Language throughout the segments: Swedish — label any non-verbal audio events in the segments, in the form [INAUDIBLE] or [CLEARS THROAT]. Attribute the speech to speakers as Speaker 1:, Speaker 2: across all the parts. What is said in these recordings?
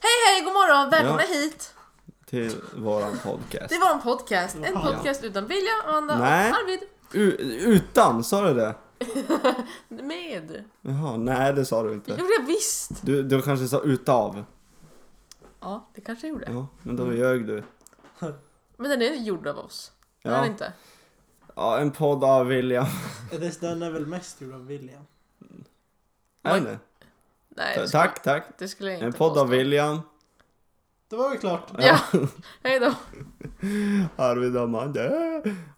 Speaker 1: Hej hej, god morgon, välkomna hit!
Speaker 2: till våran podcast.
Speaker 1: Det var en podcast. En podcast utan William, Amanda
Speaker 2: Nej.
Speaker 1: och Arvid.
Speaker 2: U- utan, sa du det?
Speaker 1: Med.
Speaker 2: Jaha, nej det sa du
Speaker 1: Det
Speaker 2: inte.
Speaker 1: gjorde jag visst!
Speaker 2: Du, du kanske sa utav.
Speaker 1: Ja, det kanske jag gjorde.
Speaker 2: Ja, men
Speaker 1: Mm.
Speaker 2: då ljög du.
Speaker 1: Men den är gjord av oss. Den är
Speaker 2: Ja.
Speaker 1: inte.
Speaker 2: ja, en podd av William.
Speaker 3: Det Den är väl mest gjord av William?
Speaker 2: Är det?
Speaker 1: Nej,
Speaker 2: Ta-
Speaker 1: det skulle-
Speaker 2: Tack, tack.
Speaker 1: Det skulle jag inte
Speaker 2: En podd av
Speaker 1: påstå.
Speaker 2: William.
Speaker 3: Det var väl klart.
Speaker 1: Ja, [LAUGHS] hej då.
Speaker 2: Arvid och Amanda.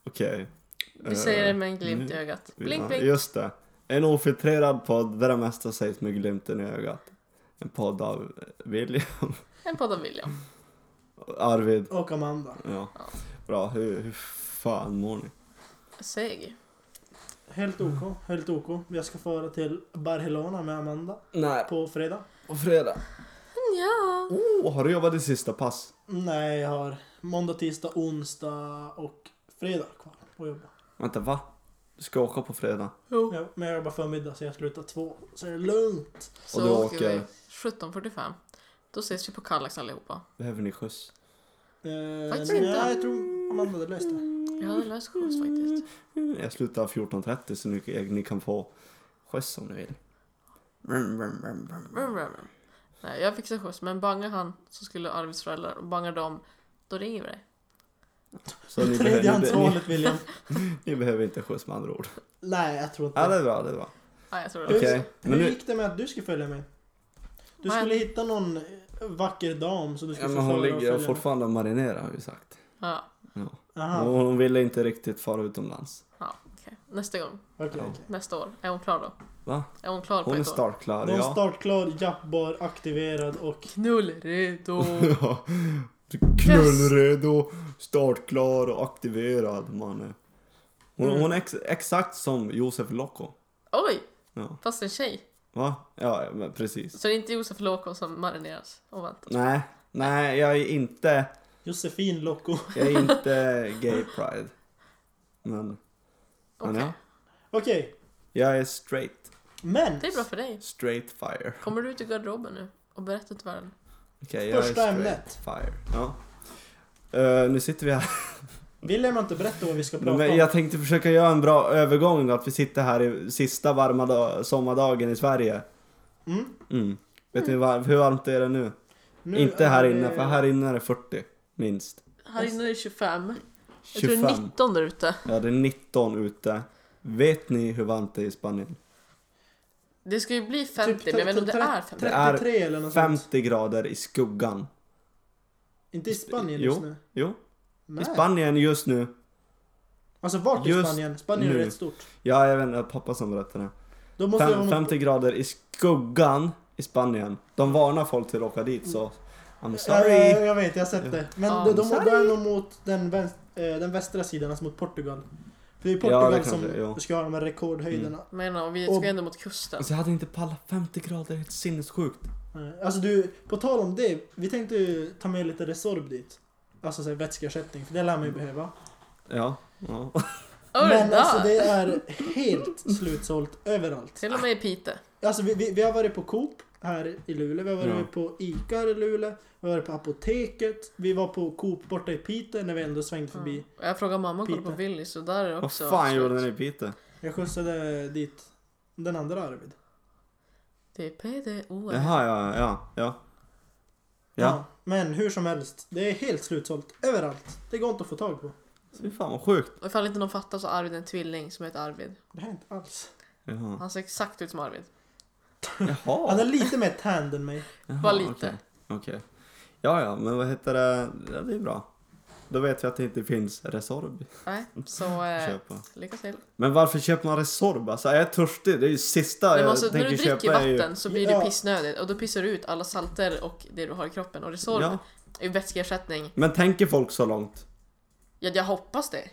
Speaker 2: Okej.
Speaker 1: Vi säger det med en glimt i ögat. Blink,
Speaker 2: Eh, mm. Ja,
Speaker 1: blink.
Speaker 2: Just det. En ofiltrerad podd där det mesta sägs med glimten i ögat. En podd av William.
Speaker 1: En podd av William.
Speaker 2: Arvid.
Speaker 3: Och Amanda.
Speaker 2: Ja.
Speaker 1: Ja.
Speaker 2: Bra. Hur, hur fan mår ni?
Speaker 1: Säg.
Speaker 3: Helt OK, helt OK. Jag ska fara till Barcelona med Amanda
Speaker 2: Nej.
Speaker 3: på fredag.
Speaker 2: På fredag.
Speaker 1: Mm, Ja.
Speaker 2: Oh, har du jobbat i sista pass?
Speaker 3: Nej, jag har måndag, tisdag, onsdag och fredag kvar att jobba.
Speaker 2: Vänta, va? Du ska åka på fredag?
Speaker 1: Jo.
Speaker 3: Ja, Men jag jobbar förmiddag så jag slutar två. Så är det lugnt.
Speaker 1: Så
Speaker 2: du
Speaker 1: åker
Speaker 2: åker.
Speaker 1: vi 17.45. Då ses vi på Kallax allihopa.
Speaker 2: Behöver ni skjuts?
Speaker 3: Eh,
Speaker 1: Faktiskt
Speaker 3: nej,
Speaker 1: inte.
Speaker 3: jag tror Amanda hade löst
Speaker 2: Mm.
Speaker 3: det.
Speaker 1: Jag hade löst skjuts faktiskt.
Speaker 2: Jag slutar 14.30 så ni, ni kan få skjuts om ni vill. Vrum, vrum, vrum, vrum.
Speaker 1: Vrum, vrum, vrum. Nej, jag fixar skjuts, men bangar han så skulle Arvids föräldrar och bangar dem, då ringer vi dig.
Speaker 2: Så ni, behöver- ni, be-
Speaker 3: Tredjehandsvalet William.
Speaker 2: ni, ni behöver inte skjuts med andra ord.
Speaker 3: Nej, jag tror
Speaker 2: Ja, det
Speaker 3: inte.
Speaker 2: är bra, det är bra.
Speaker 1: Nej, jag tror det.
Speaker 3: Hur-
Speaker 2: Okej, men
Speaker 3: Hur
Speaker 2: nu...
Speaker 3: gick det med att du skulle följa med? Du
Speaker 1: Men-
Speaker 3: skulle hitta någon vacker dam som du
Speaker 2: Ja,
Speaker 3: skulle
Speaker 2: men
Speaker 3: få
Speaker 2: hon
Speaker 3: föra och
Speaker 2: ligger
Speaker 3: följa med.
Speaker 2: fortfarande och marinerar har vi sagt.
Speaker 1: Ja,
Speaker 2: Ja.
Speaker 3: Aha,
Speaker 2: Och Hon ville inte riktigt fara utomlands.
Speaker 1: ja okej. Nästa gång,
Speaker 3: okej.
Speaker 2: Ja.
Speaker 3: okej.
Speaker 1: nästa år. Är hon klar då?
Speaker 2: Va?
Speaker 1: Är hon klar på
Speaker 2: Hon är
Speaker 1: ett år?
Speaker 2: startklar,
Speaker 3: Någon
Speaker 2: ja.
Speaker 3: startklar, jappbar, aktiverad och...
Speaker 2: [LAUGHS]
Speaker 1: Knullredo.
Speaker 3: [LAUGHS]
Speaker 2: Ja. Knullredo, startklar och aktiverad mannen. Hon,
Speaker 3: Mm.
Speaker 2: hon är ex, exakt som Josef Locko.
Speaker 1: Oj,
Speaker 2: Ja.
Speaker 1: fast en tjej.
Speaker 2: Va? Ja, men precis.
Speaker 1: Så det är inte Josef Låko som marineras och väntar.
Speaker 2: Nej, nej, jag är inte,
Speaker 3: Josefin Loco.
Speaker 2: jag är inte gay pride. Men, men ja.
Speaker 1: Okej.
Speaker 3: [LAUGHS] Okej,
Speaker 2: Jag är straight.
Speaker 3: men
Speaker 1: Det är bra för dig.
Speaker 2: Straight fire.
Speaker 1: Kommer du ut i garderoben nu och berättar till världen?
Speaker 2: Okej, jag är
Speaker 3: Första
Speaker 2: straight
Speaker 3: ämnet.
Speaker 2: fire. Ja. Eh, nu sitter vi här.
Speaker 3: William har inte berättat vad vi ska prata
Speaker 2: Men
Speaker 3: om.
Speaker 2: jag tänkte försöka göra en bra övergång att vi sitter här i sista varma dag, sommardagen i Sverige.
Speaker 3: Mm.
Speaker 2: Mm. Vet ni var, hur varmt är det nu?
Speaker 3: Nu
Speaker 2: Inte
Speaker 3: är
Speaker 2: här
Speaker 3: det-
Speaker 2: inne, för här inne är det 40 minst.
Speaker 1: Här inne är det 25. Jag tror
Speaker 2: 25.
Speaker 1: det är 19 där ute.
Speaker 2: Ja, det är 19 ute. Vet ni hur varmt det är i Spanien?
Speaker 1: Det ska ju bli 50, men jag vet inte om det är 50.
Speaker 2: tre- Det är
Speaker 3: 33 typ eller något sånt.
Speaker 2: 50 grader i skuggan.
Speaker 3: Inte i Spanien
Speaker 2: Jo.
Speaker 3: just nu.
Speaker 2: Jo,
Speaker 3: Nej.
Speaker 2: i Spanien just nu.
Speaker 3: Alltså vart i
Speaker 2: Just
Speaker 3: Spanien? Spanien är
Speaker 2: nu.
Speaker 3: rätt stort.
Speaker 2: Ja, jag vet inte, pappa som berättade.
Speaker 3: Då måste det
Speaker 2: Fem,
Speaker 3: vara något-
Speaker 2: 50 grader i skuggan i Spanien. De varnar folk till att åka dit så...
Speaker 3: Eh,
Speaker 2: I'm
Speaker 3: Jag,
Speaker 2: sorry.
Speaker 3: jag, jag vet, jag har sett det. Men
Speaker 1: Ja.
Speaker 3: de, de,
Speaker 2: Sorry.
Speaker 3: då är nog mot den, vänst, eh, den västra sidan, alltså mot Portugal. Det är ju
Speaker 2: Ja, det
Speaker 3: Portugal
Speaker 2: kanske
Speaker 3: som
Speaker 2: det är, ja.
Speaker 3: ska ha de här rekordhöjderna.
Speaker 1: Men ja, vi
Speaker 3: Och-
Speaker 1: ska ju ändå mot kusten.
Speaker 2: Alltså jag hade inte pallat 50 grader, det är helt sinnessjukt.
Speaker 3: Nej, Alltså du, på tal om det. Vi tänkte ju ta med lite Resorb dit. Alltså så här, vätskeersättning, för det lär man ju behöva.
Speaker 2: Ja. ja.
Speaker 1: Oh,
Speaker 3: Men
Speaker 1: där.
Speaker 3: alltså Mm. Oh, det är helt slutsålt överallt.
Speaker 1: Till och med i Piteå.
Speaker 3: Alltså vi, vi, vi har varit på Coop här i Luleå, vi har varit
Speaker 2: Ja.
Speaker 3: på Ica här i Luleå, vi har varit på Apoteket, vi var på Coop borta i Piteå när vi ändå svängde förbi.
Speaker 1: Ja. Och Jag frågade mamma och kollade på
Speaker 3: Piteå.
Speaker 1: Willys och där är det
Speaker 2: Vad
Speaker 1: också
Speaker 2: fan
Speaker 1: slut.
Speaker 2: gjorde den i Piteå?
Speaker 3: Jag skjutsade dit den andra Arvid.
Speaker 1: Det är PDO.
Speaker 2: Jaha, ja, ja, ja. Ja,
Speaker 3: Men hur som helst, det är helt slutsålt överallt. Det går inte att få tag på.
Speaker 2: fy fan vad sjukt.
Speaker 1: Och ifall inte någon fattar så har Arvid en tvilling som heter Arvid.
Speaker 3: Det här är inte alls.
Speaker 2: Jaha.
Speaker 1: Han ser exakt ut som Arvid.
Speaker 3: Han är
Speaker 2: Jaha.
Speaker 3: lite mer tanned än mig.
Speaker 2: Jaha
Speaker 1: Bara lite.
Speaker 2: Okej. Okej. Ja, ja, men vad heter det? Ja, det är bra. Då vet jag att det inte finns Resorb
Speaker 1: Nej, så
Speaker 2: att
Speaker 1: eh,
Speaker 2: [LAUGHS] köpa.
Speaker 1: lycka till.
Speaker 2: Men varför köper man Resorb? Alltså, är jag törstig? Det är ju sista
Speaker 1: Men
Speaker 2: jag
Speaker 1: alltså, när
Speaker 2: tänker
Speaker 1: du
Speaker 2: köpa.
Speaker 1: dricker
Speaker 2: är ju-
Speaker 1: vatten så blir du
Speaker 3: Ja.
Speaker 1: pissnödig och då pissar du ut alla salter och det du har i kroppen. Och Resorb
Speaker 2: Ja.
Speaker 1: är ju vätskeersättning.
Speaker 2: Men tänker folk så långt?
Speaker 1: Ja, jag hoppas det.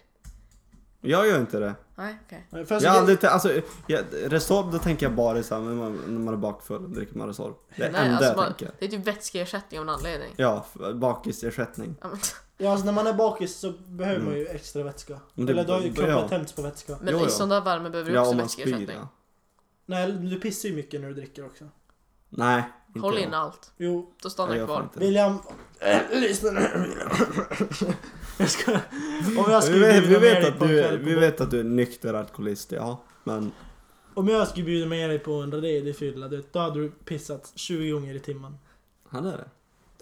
Speaker 2: Jag gör inte det.
Speaker 1: Nej, okej.
Speaker 3: För alltså,
Speaker 2: jag har
Speaker 3: jag,
Speaker 2: aldrig, t- alltså, jag, Resorb, då tänker jag bara så här, när man, när man är bakfull dricker man Resorb. Det är det
Speaker 1: Nej,
Speaker 2: enda
Speaker 1: alltså,
Speaker 2: jag
Speaker 1: bara,
Speaker 2: tänker.
Speaker 1: det är typ vätskeersättning av en anledning.
Speaker 2: Ja, f- bakisersättning.
Speaker 1: Ja, men- [LAUGHS]
Speaker 3: ja, alltså, när man är bakis så behöver man ju extra vätska.
Speaker 2: Mm. Men det-
Speaker 3: Eller då har ju
Speaker 2: det-
Speaker 3: kroppen
Speaker 2: ja.
Speaker 3: tömts på vätska.
Speaker 1: Men
Speaker 2: Jo,
Speaker 1: i
Speaker 2: jo.
Speaker 1: sån där värme behöver du
Speaker 2: Ja,
Speaker 1: också
Speaker 2: om man spyr
Speaker 1: vätskeersättning.
Speaker 2: ja.
Speaker 3: Nej, du pissar ju mycket när du dricker också.
Speaker 2: Nej, Inte
Speaker 1: Håll
Speaker 2: jag.
Speaker 1: in allt.
Speaker 3: Jo,
Speaker 1: Då
Speaker 2: Nej,
Speaker 1: stannar det
Speaker 2: jag
Speaker 1: kvar.
Speaker 2: fan inte.
Speaker 3: William. Äh, lyssna nu. [LAUGHS] jag ska... Om jag
Speaker 2: Vi
Speaker 3: skulle
Speaker 2: vet, vi,
Speaker 3: bjuda med
Speaker 2: vet
Speaker 3: dig
Speaker 2: att
Speaker 3: på en
Speaker 2: du,
Speaker 3: kväll på
Speaker 2: vi vet att du är nykter alkoholist, ja. Men
Speaker 3: Om jag skulle bjuda med dig på en redig fylla, du vet, då hade du pissat 20 gånger i timmen.
Speaker 2: han är det.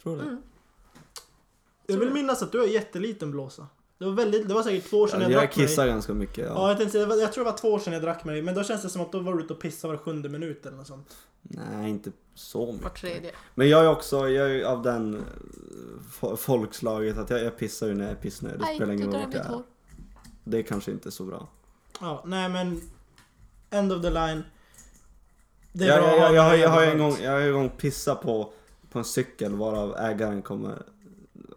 Speaker 2: Tror det.
Speaker 1: Mm.
Speaker 3: Jag
Speaker 1: Tror
Speaker 3: vill
Speaker 1: det.
Speaker 3: minnas att du har jätteliten blåsa. Det var, väldigt, det var säkert två år sedan
Speaker 2: Ja,
Speaker 3: jag,
Speaker 2: Alltså, jag
Speaker 3: drack
Speaker 2: kissar
Speaker 3: mig.
Speaker 2: ganska mycket,
Speaker 3: Ja.
Speaker 2: ja.
Speaker 3: jag, tänkte, säga, jag tror det var två år sedan jag drack mig, men då känns det som att då var du ute och pissade var sjunde minut eller något sånt.
Speaker 2: Nej, inte så mycket.
Speaker 1: Var tredje.
Speaker 2: Men jag är också, jag är av den eh, fo- folkslaget att jag, jag pissar ju när jag är pissnödig. Det
Speaker 1: Nej,
Speaker 2: spelar
Speaker 1: du
Speaker 2: ingen roll
Speaker 1: drar
Speaker 2: vart jag
Speaker 1: mitt
Speaker 2: är.
Speaker 1: hår.
Speaker 2: Det är kanske inte så bra.
Speaker 3: Ja, nej men... End of the line. Det
Speaker 2: Jag, jag,
Speaker 3: att ha
Speaker 2: jag, jag, har- jag har
Speaker 3: jävla
Speaker 2: en gång,
Speaker 3: skönt.
Speaker 2: jag har en gång pissat på, på en cykel varav ägaren kommer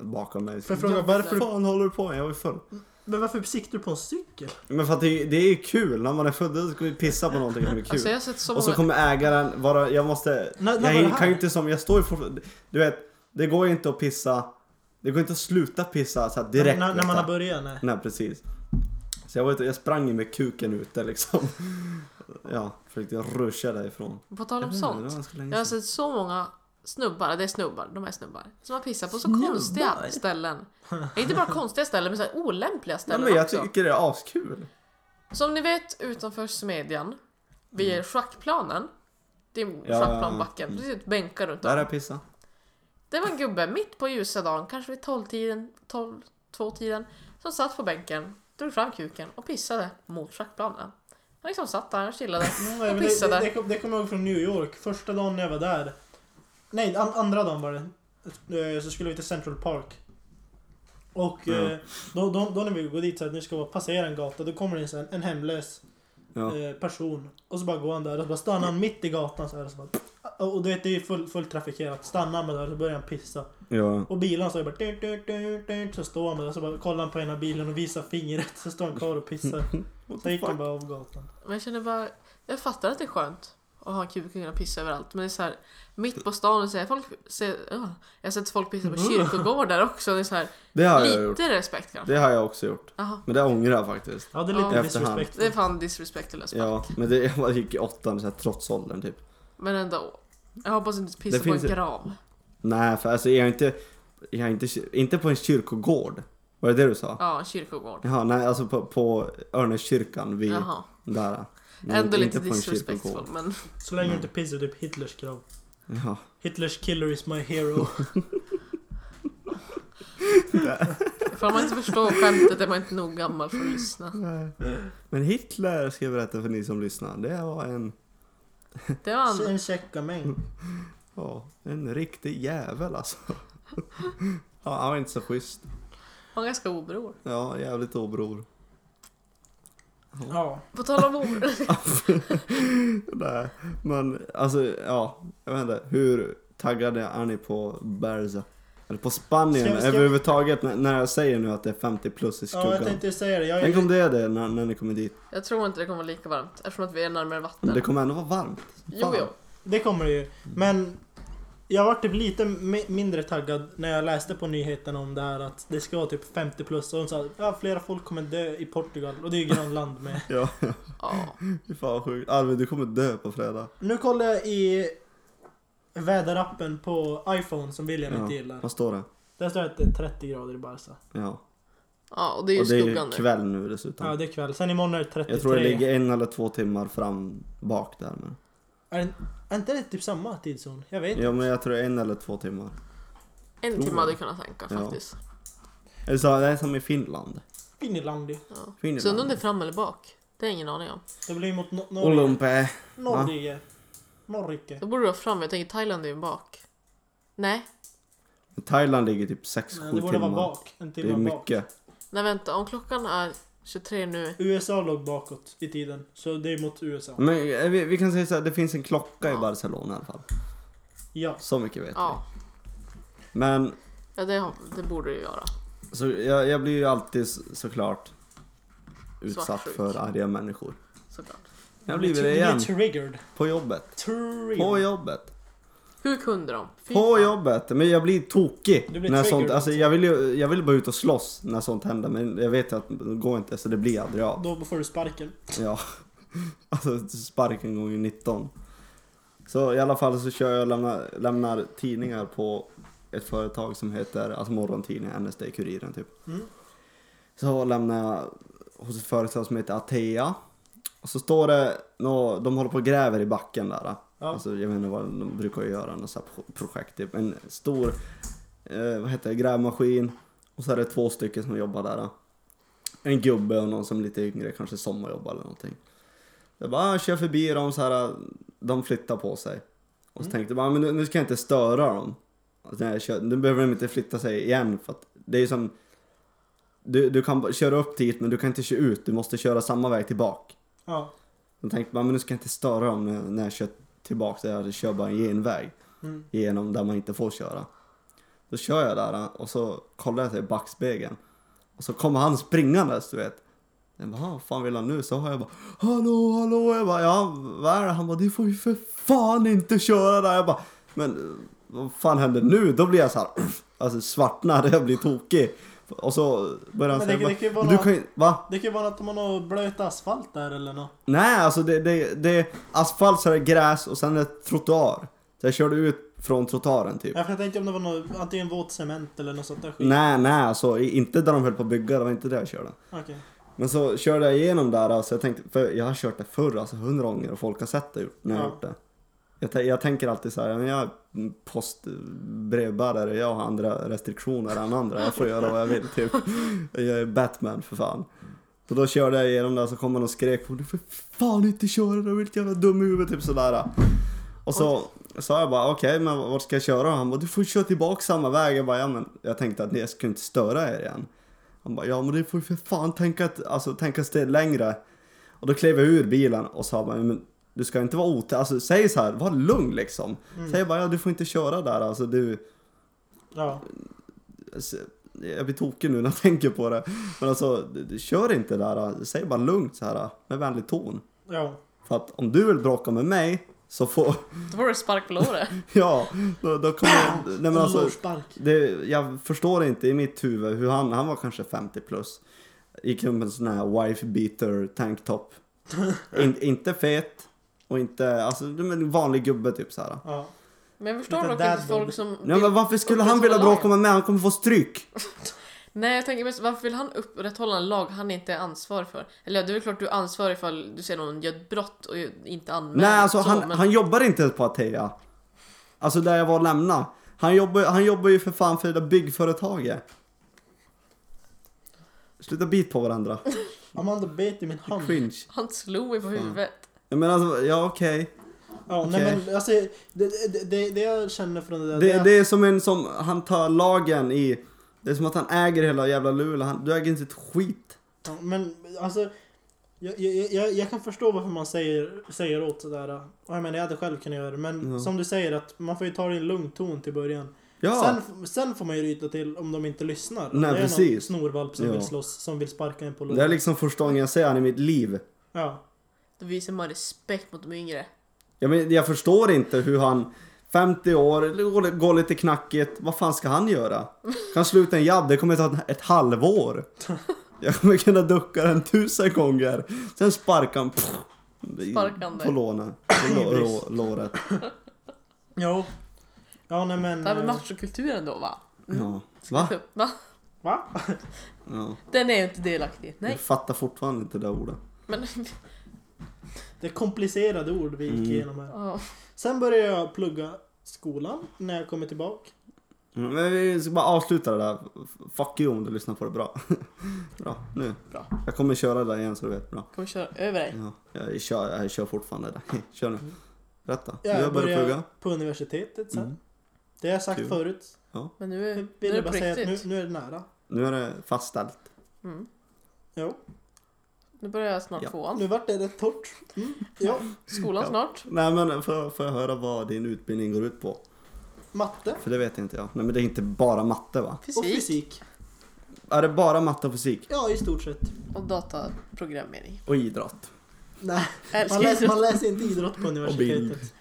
Speaker 2: bakom mig.
Speaker 3: Får jag fråga
Speaker 2: Ja,
Speaker 3: varför-
Speaker 2: Vad fan håller du på med? Jag var ju full.
Speaker 3: Men varför siktade du på en cykel?
Speaker 2: Men för att det, det är ju kul. När man är full då ska vi pissa på någonting som är kul.
Speaker 1: Alltså jag har sett så
Speaker 2: Och så
Speaker 1: många...
Speaker 2: kommer ägaren vara, jag måste,
Speaker 3: När- när var det
Speaker 2: jag
Speaker 3: här?
Speaker 2: kan ju inte som, jag står ju fortfarande, du vet, det går ju inte att pissa, det går inte att sluta pissa så här direkt.
Speaker 3: när, när man har
Speaker 2: nästan.
Speaker 3: börjat? Nej.
Speaker 2: Nej precis. Så jag, var ute, jag sprang ju med kuken ute liksom. [LAUGHS] Ja, försökte ruscha därifrån.
Speaker 1: På tal
Speaker 2: Jag
Speaker 1: om
Speaker 2: vet inte, det var
Speaker 1: sånt.
Speaker 2: ganska länge
Speaker 1: Jag har
Speaker 2: sedan.
Speaker 1: sett så många snubbar, det är snubbar, de är snubbar. Som har pissat på så
Speaker 2: Snubbar?
Speaker 1: konstiga ställen. Inte bara konstiga ställen, men så här olämpliga
Speaker 2: Nej,
Speaker 1: ställen
Speaker 2: men jag
Speaker 1: också.
Speaker 2: tycker det är askul.
Speaker 1: Som ni vet utanför Smedjan, vid schackplanen. Det är
Speaker 2: Mm. Ja,
Speaker 1: schackplanbacken,
Speaker 2: mm.
Speaker 1: precis bänkar runt
Speaker 2: Där har
Speaker 1: om.
Speaker 2: jag pissat.
Speaker 1: Det var en gubbe mitt på ljusa dagen, kanske vid 12-tiden, 12, 2-tiden, som satt på bänken, drog fram kuken och pissade mot schackplanen. Han liksom satt där och chillade.
Speaker 2: Mm,
Speaker 3: Nej, men det,
Speaker 1: pissade.
Speaker 3: det, det, kom, det kommer jag ihåg från New York. Första dagen jag var där. Nej, an, andra dagen var det. Eh, Så skulle vi till Central Park. Och
Speaker 2: Mm.
Speaker 3: eh, då, då, då när vi går dit så att nu ska vi passera en gata, då kommer det en, sån- en hemlös
Speaker 2: Ja.
Speaker 3: eh, person. Och så bara går han där och så bara stannar han mitt i gatan så här. Och, så bara, och du vet det är ju full, fullt trafikerat. Stannar han bara där och så börjar han pissa.
Speaker 2: Ja.
Speaker 3: Och bilarna står ju bara dyrt, dyrt, dyrt, dyrt, Så står han där och så bara kollar han på ena bilen och visar fingret. Så står han kvar och
Speaker 2: [LAUGHS]
Speaker 3: pissar. Sen gick han bara av gatan.
Speaker 1: Men jag känner bara, jag fattar att det är skönt att ha en kuk och kunna pissa överallt. Men det är så här, mitt på stan och ser jag folk, ser, Ugh. jag har sett folk pissa
Speaker 2: Mm.
Speaker 1: på kyrkogårdar också. Det är så här,
Speaker 2: Det har jag gjort.
Speaker 1: lite respekt kanske.
Speaker 2: Det har jag också gjort.
Speaker 1: Jaha.
Speaker 2: Men det ångrar jag faktiskt.
Speaker 3: Ja det är
Speaker 1: Ja.
Speaker 3: lite
Speaker 2: Efterhand.
Speaker 3: disrespect.
Speaker 1: Det är fan disrespectless.
Speaker 2: Ja, men det, [LAUGHS] jag gick i åttan, så här, trots åldern typ.
Speaker 1: Men ändå. Jag hoppas inte
Speaker 2: Det
Speaker 1: pissa på
Speaker 2: finns
Speaker 1: en
Speaker 2: ju-
Speaker 1: grav.
Speaker 2: Nej, för alltså jag är inte, jag är inte, inte på en kyrkogård. Var det det du sa?
Speaker 1: Ja, en kyrkogård.
Speaker 2: Jaha, nej alltså på, på Örneskyrkan vid
Speaker 1: Jaha.
Speaker 2: där. Men
Speaker 1: Ändå lite
Speaker 2: på en
Speaker 1: disrespectful
Speaker 2: kyrkogård.
Speaker 1: men [LAUGHS]
Speaker 3: Så länge du inte pissar typ Hitlers krav.
Speaker 2: Ja.
Speaker 3: Hitlers killer is my
Speaker 2: [LAUGHS]
Speaker 3: hero.
Speaker 1: ifall man inte förstår skämtet är man inte nog gammal för att lyssna.
Speaker 2: Men Hitler ska jag berätta för ni som lyssnar. Det var en,
Speaker 1: Det var en,
Speaker 3: en tjeckamäng.
Speaker 2: ja, en riktig jävel alltså. [LAUGHS] Ja, han var inte så schysst.
Speaker 1: var ganska obror.
Speaker 2: Ja, jävligt obror. [LAUGHS]
Speaker 3: Ja.
Speaker 1: På tal om obror.
Speaker 2: Nej, men alltså ja, jag vet inte. Hur taggade är ni på Barca? Eller på Spanien
Speaker 3: Ska vi- ska vi-
Speaker 2: överhuvudtaget när, när jag säger nu att det är 50 plus i
Speaker 3: Ja, jag
Speaker 2: skuggan.
Speaker 3: tänkte säga det. Jag
Speaker 2: Tänk
Speaker 3: är,
Speaker 2: om det är det när, när ni kommer dit.
Speaker 1: Jag tror inte det kommer vara lika varmt eftersom att vi är närmare
Speaker 2: Men det
Speaker 1: vatten.
Speaker 2: kommer ändå vara varmt.
Speaker 1: Jo, jo.
Speaker 3: det kommer det ju. Men jag var typ lite mi- mindre taggad när jag läste på nyheterna om det här att det ska vara typ 50 plus och de sa att ja, flera folk kommer dö i Portugal och det är ju grannland
Speaker 2: [LAUGHS]
Speaker 3: med.
Speaker 2: Ja,
Speaker 1: Ja.
Speaker 2: fy fan vad sjukt. Arvid du kommer dö på fredag.
Speaker 3: Nu kollar jag i väderappen på iPhone som William inte gillar.
Speaker 2: Vad står det?
Speaker 3: Där står det att det är 30 grader i Barca.
Speaker 2: Ja.
Speaker 1: ja, och det är ju
Speaker 2: Och det är
Speaker 1: skuggan
Speaker 2: ju
Speaker 1: nu.
Speaker 2: kväll nu dessutom.
Speaker 3: Ja, det är kväll. Sen imorgon är det 33.
Speaker 2: jag tror det ligger en eller två timmar fram bak där. Men...
Speaker 3: är, det, är inte det typ samma tidszon? Jag vet inte.
Speaker 2: Ja men jag tror en eller två timmar.
Speaker 1: En
Speaker 2: tror
Speaker 1: timme
Speaker 2: jag.
Speaker 1: hade jag kunnat tänka
Speaker 2: Ja.
Speaker 1: faktiskt.
Speaker 2: Eller så, det är som i Finland.
Speaker 3: Finland ju.
Speaker 1: Ja.
Speaker 2: Finland.
Speaker 1: Så undrar om det är fram eller bak. Det är ingen aning om.
Speaker 3: Det blir mot no- Norge.
Speaker 2: Olympe.
Speaker 3: Norge. Norge.
Speaker 1: Då borde det vara fram, jag tänker Thailand är ju bak. Nej,
Speaker 2: Thailand ligger typ 6-7
Speaker 3: Nej,
Speaker 2: timmar.
Speaker 3: Det borde vara bak. En
Speaker 2: Det är
Speaker 3: timme bak.
Speaker 2: mycket.
Speaker 1: nej vänta. Om klockan är 23 nu.
Speaker 3: USA låg bakåt i tiden. Så det är mot USA.
Speaker 2: Men eh, vi, vi kan säga så här, det finns en klocka i
Speaker 1: Ja.
Speaker 2: Barcelona i alla fall.
Speaker 3: Ja.
Speaker 2: Så mycket vet
Speaker 1: Ja,
Speaker 2: vi. Men
Speaker 1: ja det, har- det borde det ju göra.
Speaker 2: så, jag, jag blir ju alltid s- såklart utsatt
Speaker 1: Svartsjuk.
Speaker 2: för arga människor.
Speaker 1: Såklart.
Speaker 2: Jag blir det igen.
Speaker 3: Ni är triggered.
Speaker 2: På jobbet.
Speaker 3: Triggered.
Speaker 2: På jobbet.
Speaker 1: Hur kunde de? Fy
Speaker 2: På
Speaker 1: fan.
Speaker 2: jobbet. Men jag blir tokig.
Speaker 3: Du blir
Speaker 2: när
Speaker 3: triggered
Speaker 2: sånt, alltså,
Speaker 3: alltså.
Speaker 2: jag, vill ju, jag vill bara ut och slåss när sånt händer. Men jag vet ju att det går inte så det blir aldrig av. [LAUGHS]
Speaker 3: Då får du sparken.
Speaker 2: Ja. Alltså sparken gånger 19. Så i alla fall så kör jag och lämnar, lämnar tidningar på ett företag som heter alltså morgontidningen NSD-Kuriren typ.
Speaker 3: Mm.
Speaker 2: Så lämnar jag hos ett företag som heter Atea. Och så står det, nå, de håller på och gräver i backen där.
Speaker 3: Ja.
Speaker 2: Alltså jag vet inte vad de brukar göra, något så här pro- projekt typ. En stor, eh, vad heter det, grävmaskin. Och så är det två stycken som jobbar där. En gubbe och någon som är lite yngre, kanske sommarjobbar eller någonting. Jag bara, jag kör förbi dem så här, de flyttar på sig. Och så tänkte jag bara, "Ah, men nu, nu ska jag inte störa dem. Alltså, när jag kör, nu behöver de inte flytta sig igen för att det är ju som du, du kan bara köra upp dit men du kan inte köra ut, du måste köra samma väg tillbaka.
Speaker 3: Ja.
Speaker 2: Jag tänkte bara, men nu ska jag inte störa dem när, när jag kör tillbaka, där jag kör bara en genväg
Speaker 3: Mm.
Speaker 2: genom där man inte får köra. Då kör jag där och så kollar jag till backspegeln. Och så kommer han springandes, du vet. Jag bara, "Ah, vad fan vill han nu? Så har jag bara, hallå, hallå. Jag bara, ja, vad är det? Han bara, du får ju för fan inte köra där. Jag bara, men eh, vad fan händer nu? Då blir jag så här, [CLEARS THROAT] alltså svartnar, jag blir tokig. Och så börjar han
Speaker 3: Men det-
Speaker 2: säga,
Speaker 3: det kan ju
Speaker 2: bara,
Speaker 3: vara
Speaker 2: du
Speaker 3: någon-
Speaker 2: kan ju, va?
Speaker 3: Det kan ju vara att de har någon blöt asfalt där eller något.
Speaker 2: Nej, alltså det, det, det är asfalt, så är det gräs och sen är det trottoar. Så jag körde ut från trottoaren typ.
Speaker 3: Ja, för Jag tänkte om det var något, antingen våt cement eller något sånt där skit.
Speaker 2: Nej, nej, alltså i- inte där de höll på att bygga, det var inte där jag körde.
Speaker 3: Okej.
Speaker 2: Men så körde jag igenom där, alltså, jag tänkte, för jag har kört det förr, alltså hundra gånger och folk har sett det när jag
Speaker 3: Ja.
Speaker 2: gjort det. Jag, tän- jag tänker alltid så här, men jag är postbrevbärare, jag har andra restriktioner än andra, jag får göra vad jag vill typ. [LAUGHS] Jag är Batman för fan. Så då körde jag igenom där så kom han och skrek på mig, du får fan inte köra, du är ett jävla dum huvud typ sådär. Och så sa jag bara okej, men vart ska jag köra? Och Han bara du får köra tillbaka samma väg. Jag bara ja men jag tänkte att ni- jag skulle inte störa er igen. Han bara ja men du får ju för fan tänka, att, alltså, tänka ett steg längre. Och då klev jag ur bilen och sa bara men du ska inte vara otäck, alltså säg så här, var lugn liksom. Säg bara ja du får inte köra där alltså du,
Speaker 3: Ja.
Speaker 2: alltså, jag blir tokig nu när jag [LAUGHS] tänker på det. Men alltså du, du, kör inte där, alltså. säg bara lugnt så här med vänlig ton.
Speaker 3: Ja.
Speaker 2: För att om du vill bråka med mig så får, [LAUGHS]
Speaker 1: Då får du spark på låret.
Speaker 2: ja, då, då kommer, nej men alltså
Speaker 3: Lårspark.
Speaker 2: det, jag förstår inte i mitt huvud hur han, han var kanske 50 plus. Gick runt med en sån här wife beater tanktop. In, inte fet och inte, alltså men en vanlig gubbe typ så här.
Speaker 3: Ja.
Speaker 1: Men jag förstår
Speaker 3: Lite
Speaker 1: dock inte
Speaker 3: dad bod.
Speaker 1: folk som...
Speaker 2: Nej, men varför skulle han vilja bråka med mig? Han kommer få stryk.
Speaker 1: Nej, jag tänker mest varför vill han upprätthålla en lag han inte är ansvarig för? Eller ja, det är väl klart du är ansvarig ifall du ser någon göra ett brott och ju- inte anmäler.
Speaker 2: Nej, alltså
Speaker 1: så,
Speaker 2: han,
Speaker 1: men-
Speaker 2: han jobbar inte på Atea. Alltså där jag var och lämnade. Han jobbar, han jobbar ju för fan för det där byggföretaget. Sluta bit på varandra.
Speaker 3: Amanda bet i min hand.
Speaker 2: Cringe.
Speaker 1: han slog mig på huvudet.
Speaker 2: Men alltså, ja okej.
Speaker 3: Ja, nej
Speaker 2: Okej.
Speaker 3: men alltså, det, det, det, det jag känner från det där.
Speaker 2: Det, det är som en som, han tar lagen i, det är som att han äger hela jävla Luleå, han, du äger inte ett skit.
Speaker 3: Ja, men alltså, jag, jag, jag, jag kan förstå varför man säger, säger åt sådär. äh, Och jag menar, jag hade själv kunnat göra det. Men
Speaker 2: Ja.
Speaker 3: som du säger, att man får ju ta det i en lugn ton till början.
Speaker 2: Ja,
Speaker 3: Sen, sen får man ju ryta till om de inte lyssnar.
Speaker 2: Nej,
Speaker 3: Om det är någon
Speaker 2: precis.
Speaker 3: snorvalp som
Speaker 2: Ja.
Speaker 3: vill slåss, som vill sparka en på
Speaker 2: det är
Speaker 3: låret.
Speaker 2: liksom första gången jag ser han i mitt liv.
Speaker 3: Ja.
Speaker 1: Då visar man respekt mot de yngre.
Speaker 2: Jag, men, jag förstår inte hur han, 50 år, går- går lite knackigt, vad fan ska han göra? Kan sluta en jabb, det kommer ta ett, ett halvår. Jag kommer kunna ducka den tusen gånger. Sen sparkar han pff, i-
Speaker 1: Sparkande.
Speaker 2: på lånet, på lå, lå, låret.
Speaker 3: Jo. Ja, nej men.
Speaker 1: Det här med
Speaker 3: eh,
Speaker 1: machokulturen då va?
Speaker 2: Ja. Va?
Speaker 1: Typ, va?
Speaker 3: Va?
Speaker 2: Ja.
Speaker 1: Den är ju inte delaktig. i. Nej.
Speaker 2: Jag fattar fortfarande inte det där ordet.
Speaker 1: Men, [LAUGHS]
Speaker 3: Det är komplicerade ord vi gick
Speaker 2: Mm.
Speaker 3: igenom här.
Speaker 1: ja.
Speaker 3: Sen började jag plugga skolan när jag kommer tillbaka.
Speaker 2: Mm, Men vi ska bara avsluta det där. F- Fuck you om du lyssnar på det bra. [LAUGHS] bra, nu.
Speaker 1: Bra.
Speaker 2: Jag kommer köra det där igen så du vet. Bra.
Speaker 1: kommer köra över dig.
Speaker 2: Ja, jag, kör, jag kör fortfarande det där. [LAUGHS] Kör nu. Berätta.
Speaker 3: Ja,
Speaker 2: jag börjar plugga.
Speaker 3: på universitetet sen.
Speaker 2: Mm.
Speaker 3: Det har jag sagt
Speaker 2: Kul.
Speaker 3: förut.
Speaker 1: Men nu,
Speaker 3: Jag
Speaker 1: är- nu
Speaker 3: ville
Speaker 1: är det
Speaker 3: bara
Speaker 1: på
Speaker 3: säga att nu,
Speaker 1: riktigt.
Speaker 3: nu är det nära.
Speaker 2: Nu är det fastställt.
Speaker 1: Mm.
Speaker 3: Jo,
Speaker 1: Nu börjar jag snart
Speaker 2: Ja.
Speaker 1: tvåan.
Speaker 3: nu vart det rätt torrt. Mm. Jo,
Speaker 1: Skolan
Speaker 2: Ja.
Speaker 1: snart.
Speaker 2: Nej men får, får jag höra vad din utbildning går ut på?
Speaker 3: matte
Speaker 2: För det vet inte jag. Nej men det är inte bara matte va?
Speaker 3: och
Speaker 1: Fysik.
Speaker 3: fysik.
Speaker 2: Är det bara matte och fysik?
Speaker 3: Ja, i stort sett.
Speaker 1: Och dataprogrammering.
Speaker 2: Och idrott.
Speaker 3: Nej, man,
Speaker 1: Älskar
Speaker 3: läser,
Speaker 1: idrott.
Speaker 3: man läser inte idrott på universitetet.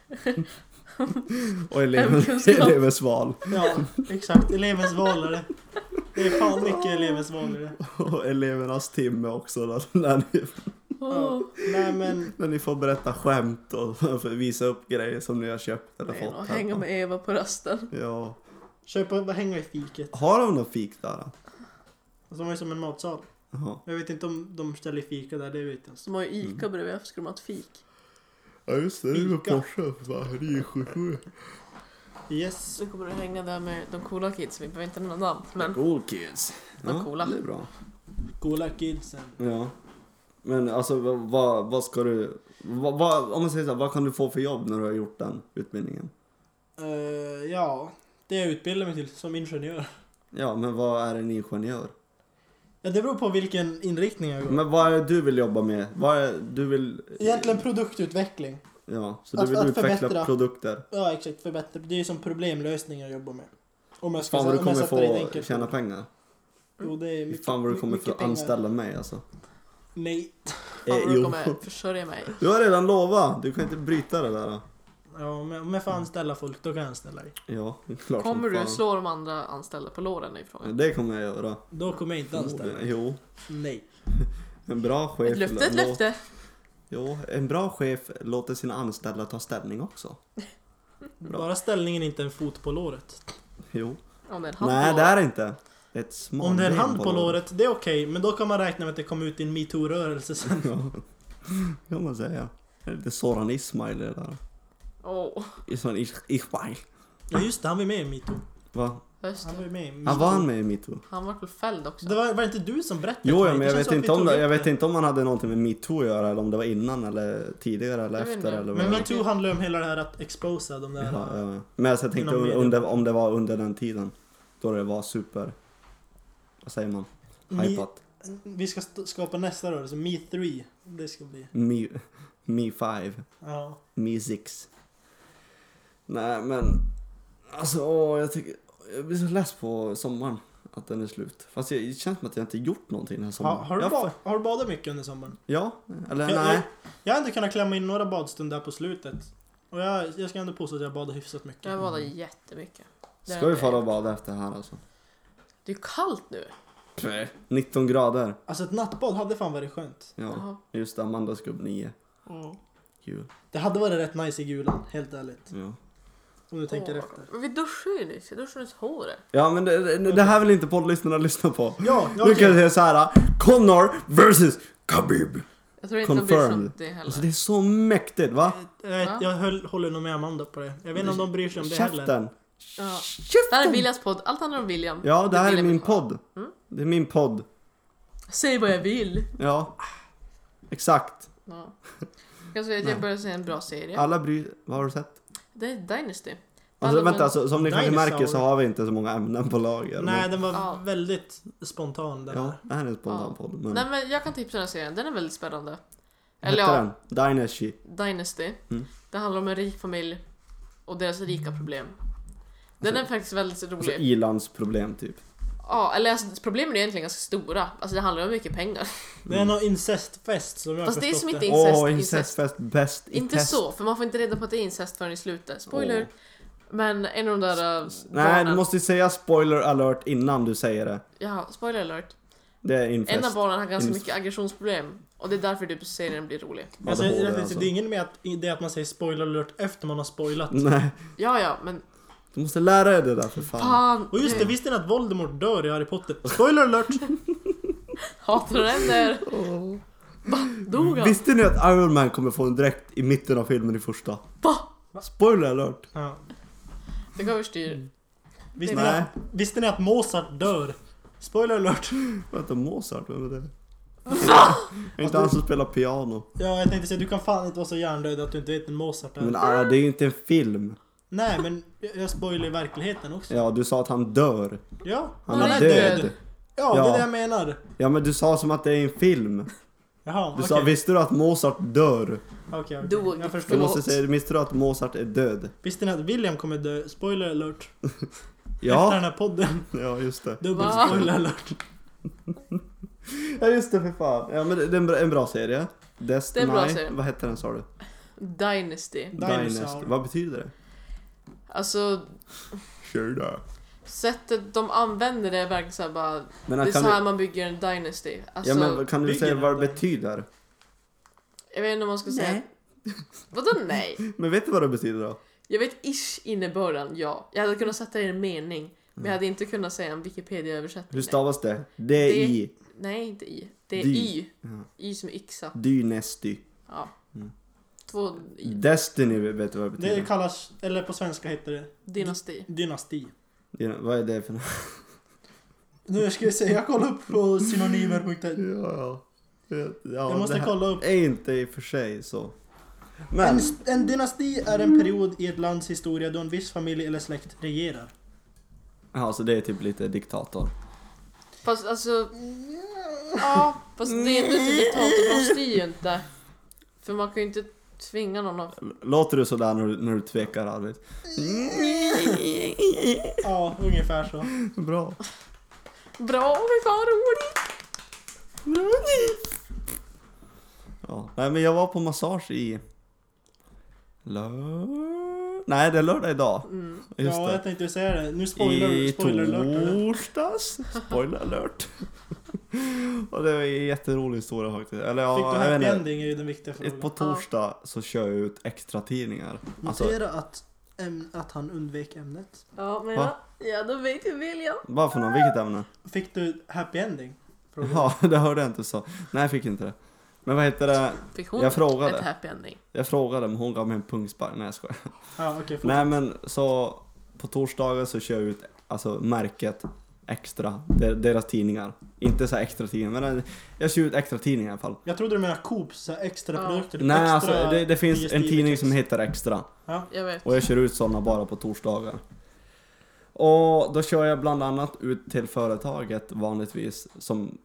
Speaker 2: Och elevens, [LAUGHS]
Speaker 1: Hemkunskap.
Speaker 2: elevens val.
Speaker 3: Ja, exakt. Elevens val är det. Det är fan mycket elevens val är det.
Speaker 2: Och elevernas timme också. Då, [LAUGHS] när ni,
Speaker 3: Ja. Nej men,
Speaker 2: När ni får berätta skämt och [LAUGHS] visa upp grejer som ni har köpt eller
Speaker 1: Nej,
Speaker 2: fått.
Speaker 1: och
Speaker 2: hemma.
Speaker 1: hänga med Eva på rasten.
Speaker 2: Ja.
Speaker 3: köpa, bara hänga i fiket.
Speaker 2: Har de något fik där? då?
Speaker 3: Alltså, de har ju som en matsal.
Speaker 2: Jaha.
Speaker 3: Jag vet inte om de ställer fika där, det vet jag inte.
Speaker 1: Så de har ju Ica
Speaker 2: Mm.
Speaker 1: bredvid, varför skulle de ha ett fik?
Speaker 2: Ja just det,
Speaker 3: det är ju Fika.
Speaker 2: Det är ju
Speaker 3: Yes.
Speaker 1: Så kommer du hänga där med de coola kidsen, vi behöver inte nämna namn. Men
Speaker 2: Cool kids.
Speaker 1: De coola.
Speaker 2: Det är bra.
Speaker 3: Coola kidsen.
Speaker 2: Ja. Men alltså vad, vad, vad ska du... Vad, vad, om man säger så här, vad kan du få för jobb när du har gjort den utbildningen?
Speaker 3: Eh, ja, det jag utbildar mig till som ingenjör.
Speaker 2: Ja, men vad är en ingenjör?
Speaker 3: Ja, det beror på vilken inriktning jag går.
Speaker 2: Men vad är det du vill jobba med? Vad är det du vill...
Speaker 3: Egentligen produktutveckling.
Speaker 2: Ja, så du
Speaker 3: att-
Speaker 2: vill
Speaker 3: att
Speaker 2: utveckla
Speaker 3: förbättra.
Speaker 2: produkter.
Speaker 3: Ja, exakt. Förbättra. Det är ju som problemlösningar jag jobbar med. Om jag ska
Speaker 2: Fan vad du
Speaker 3: om jag
Speaker 2: kommer
Speaker 3: sätter det i ett
Speaker 2: få
Speaker 3: enkelt
Speaker 2: tjäna
Speaker 3: ord.
Speaker 2: pengar.
Speaker 3: Jo, det är mycket,
Speaker 2: Fan vad du kommer
Speaker 3: mycket
Speaker 2: få
Speaker 3: pengar.
Speaker 2: anställa mig alltså.
Speaker 3: Nej.
Speaker 1: fan vad
Speaker 2: Eh,
Speaker 1: du
Speaker 2: jo.
Speaker 1: kommer försörja mig.
Speaker 2: Du har redan lovat, du kan inte bryta det där.
Speaker 3: Ja, om jag- om jag får anställa folk, då kan jag anställa dig.
Speaker 2: Ja, det är klart som
Speaker 1: Kommer du
Speaker 2: fan.
Speaker 1: slå de andra anställda på låren i frågan?
Speaker 2: Det kommer jag göra.
Speaker 3: Då kommer jag inte anställa dig.
Speaker 2: Jo,
Speaker 3: Nej.
Speaker 2: en bra chef...
Speaker 1: Ett löfte, ett
Speaker 2: lå-
Speaker 1: löfte!
Speaker 2: Jo, en bra chef låter sina anställda ta ställning också. Bra.
Speaker 3: Bara ställningen inte är en fot på låret.
Speaker 2: Jo.
Speaker 1: Om det är en hand
Speaker 2: Nej,
Speaker 1: på
Speaker 2: det
Speaker 1: låren.
Speaker 2: är det inte. Det är ett smalt
Speaker 3: Om det är en hand på låret, det är okej. men då kan man räkna med att det kommer ut i en
Speaker 2: [LAUGHS]
Speaker 3: metoo-rörelse sen.
Speaker 2: [LAUGHS] Ja, kan man säga. Det är lite Soran Ismail i det där.
Speaker 1: Åh,
Speaker 2: Soran Is- Ismail.
Speaker 3: Ja, just det. Han var ju med i metoo.
Speaker 2: Va?
Speaker 1: just
Speaker 3: Han
Speaker 1: det.
Speaker 3: var ju med i metoo.
Speaker 2: Han var han med i metoo?
Speaker 1: Han var väl fälld också?
Speaker 3: Det var, var det inte du som berättade
Speaker 2: Jo,
Speaker 3: för
Speaker 2: ja, men
Speaker 3: mig? Det
Speaker 2: jag
Speaker 3: känns
Speaker 2: vet,
Speaker 3: som att vi
Speaker 2: inte om
Speaker 3: tog
Speaker 2: det,
Speaker 3: upp
Speaker 2: jag vet inte om han hade någonting med metoo att göra eller om det var innan eller tidigare eller
Speaker 1: Jag vet
Speaker 2: efter
Speaker 1: inte.
Speaker 2: eller vad
Speaker 3: Men
Speaker 2: det var.
Speaker 3: metoo handlar ju om hela det här att exposa de där...
Speaker 2: Ja, ja, ja. Men alltså, jag tänkte
Speaker 3: Inom
Speaker 2: om,
Speaker 3: media.
Speaker 2: under, om det var under den tiden då det var super... Vad säger man?
Speaker 3: Me-
Speaker 2: Hypat.
Speaker 3: Vi ska st- skapa nästa rörelse, me3. Det ska bli...
Speaker 2: Me, me five.
Speaker 3: Ja.
Speaker 2: Me six. Nej men... Alltså åh, jag tycker... Jag blir så less på sommaren. Att den är slut. Fast jag, det känns som att jag inte gjort någonting den här
Speaker 3: Ha,
Speaker 2: sommaren.
Speaker 3: har, du
Speaker 2: jag,
Speaker 3: ba- har du badat mycket under sommaren?
Speaker 2: Ja, eller
Speaker 3: Jag-
Speaker 2: nej.
Speaker 3: Jag har inte kunnat klämma in några badstunder här på slutet. Och jag, jag ska ändå påstå att jag badar hyfsat mycket.
Speaker 1: Jag badade jättemycket. det
Speaker 2: Ska vi
Speaker 1: är-
Speaker 2: fara och bada efter här alltså?
Speaker 1: Det är ju kallt nu.
Speaker 2: 19 grader.
Speaker 3: Alltså ett nattbad hade fan varit skönt.
Speaker 2: Ja,
Speaker 1: Jaha.
Speaker 2: just det. Amandas gubb 9.
Speaker 3: Mm.
Speaker 2: Jul.
Speaker 3: Det hade varit rätt nice i gulan, helt ärligt.
Speaker 2: Ja.
Speaker 3: Om du tänker
Speaker 1: Åh,
Speaker 3: efter.
Speaker 1: Vi duschade ju nyss, jag duschade nyss håret.
Speaker 2: ja, men det, det, det här vill inte poddlyssnarna lyssna på.
Speaker 3: Ja, ja
Speaker 2: Nu kan jag
Speaker 3: okej.
Speaker 2: säga så här. Connor versus Khabib.
Speaker 1: Jag tror inte de bryr sig om
Speaker 2: Confirmed.
Speaker 1: det
Speaker 2: Alltså
Speaker 1: heller.
Speaker 2: det är så mäktigt va?
Speaker 3: Eh, Jag höll, håller nog med Amanda på det. Jag vet inte om de bryr sig om det heller.
Speaker 2: Käften.
Speaker 1: Ja. Det här är
Speaker 2: Käften!
Speaker 1: Williams podd, allt handlar om William.
Speaker 2: Ja, det här är
Speaker 1: William
Speaker 2: min
Speaker 1: vill höra.
Speaker 2: podd. Det är min podd.
Speaker 1: Säg vad jag vill.
Speaker 2: Ja. Exakt.
Speaker 1: Ja. Jag kan säga att jag började se en bra serie.
Speaker 2: Alla bryr Vad har du sett?
Speaker 1: Det är Dynasty.
Speaker 2: Alltså,
Speaker 1: Alla-
Speaker 2: vänta, alltså, som ni kanske
Speaker 3: Dinosaur.
Speaker 2: märker så har vi inte så många ämnen på lager.
Speaker 3: Nej, den var
Speaker 1: Ja.
Speaker 3: väldigt spontan den
Speaker 2: men, ja,
Speaker 3: här.
Speaker 2: det här är en spontan
Speaker 1: Ja.
Speaker 2: podd. Men,
Speaker 1: Nej men jag kan tipsa den här serien, den är väldigt spännande.
Speaker 2: Hette
Speaker 1: Eller ja,
Speaker 2: den? Dynasty.
Speaker 1: Dynasty.
Speaker 2: Mm.
Speaker 1: Det handlar om en rik familj och deras rika problem. Den är faktiskt väldigt
Speaker 2: Alltså
Speaker 1: rolig.
Speaker 2: ilandsproblem typ.
Speaker 1: Ja, eller alltså, problemen är egentligen ganska stora. Alltså det handlar om mycket pengar.
Speaker 3: Det är någon incestfest som jag har
Speaker 1: Fast det är
Speaker 3: förstått
Speaker 1: som inte Incest,
Speaker 2: Åh,
Speaker 1: incest.
Speaker 2: incestfest bäst i
Speaker 1: Inte
Speaker 2: test.
Speaker 1: så, för man får inte reda på att det är incest förrän i slutet. Spoiler.
Speaker 2: Åh.
Speaker 1: Men en av de där äh,
Speaker 2: Nej, du
Speaker 1: barnen-
Speaker 2: måste ju säga spoiler alert innan du säger det.
Speaker 1: Ja, spoiler alert.
Speaker 2: Det är incest.
Speaker 1: En av barnen har ganska
Speaker 2: Incest.
Speaker 1: mycket aggressionsproblem. Och det är därför typ serien blir rolig.
Speaker 3: Alltså,
Speaker 2: ADHD,
Speaker 3: det, det,
Speaker 2: alltså.
Speaker 3: det är ingen med att, det är att man säger spoiler alert efter man har spoilat.
Speaker 2: Nej,
Speaker 1: Ja, ja, men
Speaker 2: du måste lära dig det där för fan.
Speaker 1: fan.
Speaker 3: Och just det,
Speaker 1: vi
Speaker 3: visste ni att Voldemort dör i Harry Potter? Spoiler alert!
Speaker 1: [LAUGHS] hatar den där. Dog han?
Speaker 2: Visste ni att Iron Man kommer få en dräkt i mitten av filmen i första?
Speaker 1: Va?
Speaker 2: Spoiler alert!
Speaker 3: Ja.
Speaker 1: Det går överstyr.
Speaker 3: Visste, ni
Speaker 2: Nej.
Speaker 3: att, visste ni att Mozart dör? Spoiler alert!
Speaker 2: Vänta, Mozart, vem är det?
Speaker 1: [LAUGHS]
Speaker 2: Är inte han som spelar piano?
Speaker 3: Ja, jag tänkte säga du kan fan inte vara så hjärndöd att du inte vet en Mozart är.
Speaker 2: Men ah, det är ju inte en film.
Speaker 3: Nej, men jag jag spoilar i verkligheten också.
Speaker 2: Ja, du sa att han dör.
Speaker 3: Ja,
Speaker 2: Han,
Speaker 1: Han
Speaker 2: är,
Speaker 1: är
Speaker 2: död.
Speaker 1: död.
Speaker 3: Ja, det
Speaker 2: Ja.
Speaker 3: är det jag menar.
Speaker 2: Ja, men du sa som att det är en film.
Speaker 3: Jaha,
Speaker 2: Du
Speaker 3: okej.
Speaker 2: sa, visste du att Mozart dör?
Speaker 3: Okej, okej.
Speaker 1: Dog.
Speaker 3: Jag
Speaker 2: Du
Speaker 3: förstår.
Speaker 1: Förlåt.
Speaker 2: måste säga, visste du att Mozart är död?
Speaker 3: Visste ni att William kommer dö? Spoiler alert. Efter [LAUGHS] den
Speaker 2: Ja,
Speaker 3: här podden.
Speaker 2: ja just det.
Speaker 3: Dubbel
Speaker 1: Va?
Speaker 3: spoiler alert.
Speaker 2: Ja just det, för fan. Ja men det det är en bra, en bra serie. Destiny.
Speaker 1: Det är en bra serie.
Speaker 2: Vad hette den sa du?
Speaker 1: Dynasty.
Speaker 3: Dinosaur.
Speaker 2: Vad betyder det?
Speaker 1: Alltså,
Speaker 2: Sure det.
Speaker 1: sättet de använder det är verkligen såhär bara...
Speaker 2: Men
Speaker 1: Det är
Speaker 2: kan
Speaker 1: så
Speaker 2: du,
Speaker 1: här man bygger en dynasty. Alltså,
Speaker 2: ja, men, kan du
Speaker 3: bygger
Speaker 2: säga
Speaker 3: den
Speaker 2: vad det
Speaker 3: där?
Speaker 2: betyder?
Speaker 1: Jag vet inte om man ska säga...
Speaker 2: Nej.
Speaker 1: [LAUGHS] Vadå nej?
Speaker 2: Men vet du vad det betyder då?
Speaker 1: Jag vet ish innebörden, ja. Jag hade kunnat sätta det i en mening. Men jag hade inte kunnat säga en Wikipedia-översättning.
Speaker 2: Mm. Hur stavas det? D-I.
Speaker 1: Nej, inte i. Det är
Speaker 2: Dy.
Speaker 1: y.
Speaker 2: Ja.
Speaker 1: Y som yxa.
Speaker 2: Dynesty.
Speaker 1: Ja.
Speaker 2: Mm.
Speaker 1: Två i.
Speaker 2: Destiny vet du vad det
Speaker 3: Det
Speaker 2: betyder?
Speaker 3: kallas, eller på svenska heter det
Speaker 1: Dynasti.
Speaker 3: dynasti.
Speaker 2: Det är- Vad är det för
Speaker 3: Nu ska vi se, jag kollar upp på synonymer.nu.
Speaker 2: Ja, ja. ja
Speaker 3: Jag måste
Speaker 2: det här
Speaker 3: kolla upp.
Speaker 2: Är inte i och för sig så.
Speaker 3: En,
Speaker 2: Men.
Speaker 3: en dynasti är en period i ett lands historia då en viss familj eller släkt regerar.
Speaker 2: Ja, så det är typ lite diktator.
Speaker 1: Fast alltså... Ja, fast det är inte digitalt. De styr ju inte. För man kan ju inte tvinga någon att...
Speaker 2: L- Låter du sådär när du, när du tvekar Arvid?
Speaker 3: Ja, ungefär så.
Speaker 2: [LAUGHS] Bra.
Speaker 1: Bra, vi får roligt!
Speaker 2: Ja. Nej men jag var på massage i... Lör... Nej det är lördag idag.
Speaker 1: Mm.
Speaker 2: Just
Speaker 3: ja,
Speaker 2: det.
Speaker 3: jag tänkte säga det. Nu spoiler,
Speaker 2: I
Speaker 3: spoiler alert.
Speaker 2: torsdags. Spoiler alert. [LAUGHS] Och det var en jätterolig historia faktiskt. Eller
Speaker 3: Fick
Speaker 2: ja,
Speaker 3: du
Speaker 2: jag
Speaker 3: happy
Speaker 2: vet inte.
Speaker 3: ending är ju den viktiga frågan.
Speaker 2: På torsdag så kör jag ut extra tidningar. Alltså,
Speaker 3: Notera att, äm, att han undvek ämnet.
Speaker 1: Ja, men
Speaker 2: Va?
Speaker 1: ja. Ja, då vet vi William.
Speaker 2: bara för någon, vilket ämne?
Speaker 3: Fick du happy ending? Frågan.
Speaker 2: Ja, [LAUGHS] det hörde jag inte så. Nej, jag fick inte det. Men vad heter det?
Speaker 1: Fick hon
Speaker 2: Jag
Speaker 1: ett
Speaker 2: frågade.
Speaker 1: happy ending?
Speaker 2: Jag frågade men hon gav mig en pungspark. Nej jag skojar.
Speaker 3: Ja, okej. förlåt.
Speaker 2: Nej men så på torsdagar så kör jag ut alltså märket extra, de- deras tidningar. Inte så här extra tidningar men eh, jag kör ut extra tidningar i alla fall.
Speaker 3: jag trodde du menade Coops så här extra
Speaker 1: Ja.
Speaker 3: produkter. typ
Speaker 2: Nej
Speaker 3: extra
Speaker 2: alltså det, det finns en
Speaker 3: digestive
Speaker 2: tidning
Speaker 3: kex.
Speaker 2: som heter extra
Speaker 3: Ja.
Speaker 1: Jag vet.
Speaker 2: och jag kör ut sådana bara på torsdagar. Och då kör jag bland annat ut till företaget vanligtvis som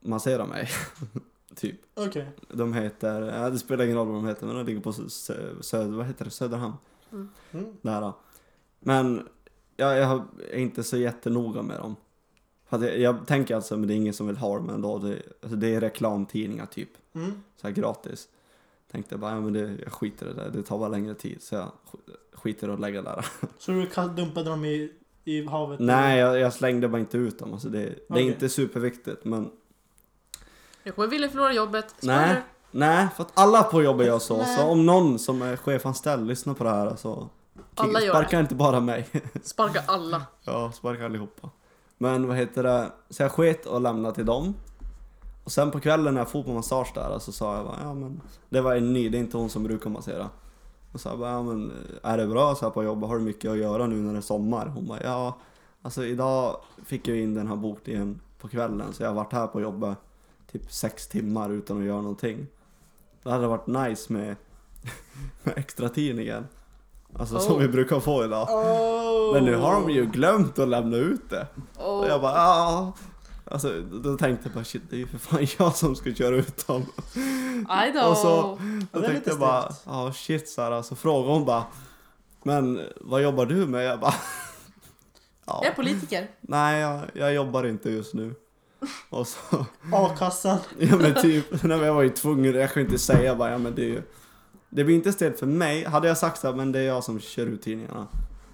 Speaker 2: masserar mig. [LAUGHS] typ.
Speaker 3: Okej.
Speaker 2: De heter, ja, det spelar ingen roll vad de heter men de ligger på sö- sö- vad heter det? Söderhamn.
Speaker 3: Mm.
Speaker 2: nära. Men jag, jag är inte så jättenoga med dem. För att jag, jag tänker alltså, men det är ingen som vill ha dem ändå. Det, alltså det är reklamtidningar typ,
Speaker 3: Mm.
Speaker 2: så här gratis. Tänkte jag bara, ja, men det, jag skiter i det där. Det tar bara längre tid. Så jag sk- skiter i att lägga där.
Speaker 3: Så du kast- dumpade dem i, i havet?
Speaker 2: Nej, jag, jag slängde bara inte ut dem. Alltså det, det
Speaker 3: Okej.
Speaker 2: är inte superviktigt, men
Speaker 1: Nu kommer William förlora jobbet.
Speaker 2: Nej.
Speaker 1: Spoiler.
Speaker 2: nej, för att alla på jobbet gör så.
Speaker 3: Nej.
Speaker 2: Så om någon som är chefanställd lyssnar på det här så
Speaker 1: Alla gör
Speaker 2: sparka inte bara mig.
Speaker 1: Sparka alla.
Speaker 2: Ja, sparka allihopa. Men vad heter det, så jag sket och lämnade till dem. Och sen på kvällen när jag for på massage där så sa jag bara, ja men det var en ny, det är inte hon som brukar massera. Och så jag bara, ja men är det bra så här på jobbet, har du mycket att göra nu när det är sommar? Hon bara, ja alltså idag fick jag in den här bokningen på kvällen så jag har varit här på jobbet typ sex timmar utan att göra någonting. Det hade varit nice med, [LAUGHS] med extra tidningen. Alltså som
Speaker 1: Oh.
Speaker 2: vi brukar få idag.
Speaker 3: Oh.
Speaker 2: Men nu har de ju glömt att lämna ut det. Och jag
Speaker 1: Och
Speaker 2: bara ja. Alltså då tänkte jag bara shit det är ju för fan [LAUGHS] jag som ska köra ut dem.
Speaker 1: I
Speaker 2: och så-
Speaker 1: know.
Speaker 2: Då
Speaker 3: det är
Speaker 2: tänkte
Speaker 3: lite
Speaker 2: jag bara
Speaker 3: stelt.
Speaker 2: ja shit Sara. Så frågade hon bara men vad jobbar du med? Jag bara [LAUGHS] ja,
Speaker 1: Jag är politiker.
Speaker 2: nej jag, jag jobbar inte just nu. Och så [LAUGHS]
Speaker 3: A-kassan.
Speaker 2: Ja men typ, [LAUGHS] nej, men jag var ju tvungen, jag kunde inte säga bara, ja men det är ju Det blir inte stelt för mig, hade jag sagt så här, men det är jag som kör ut tidningarna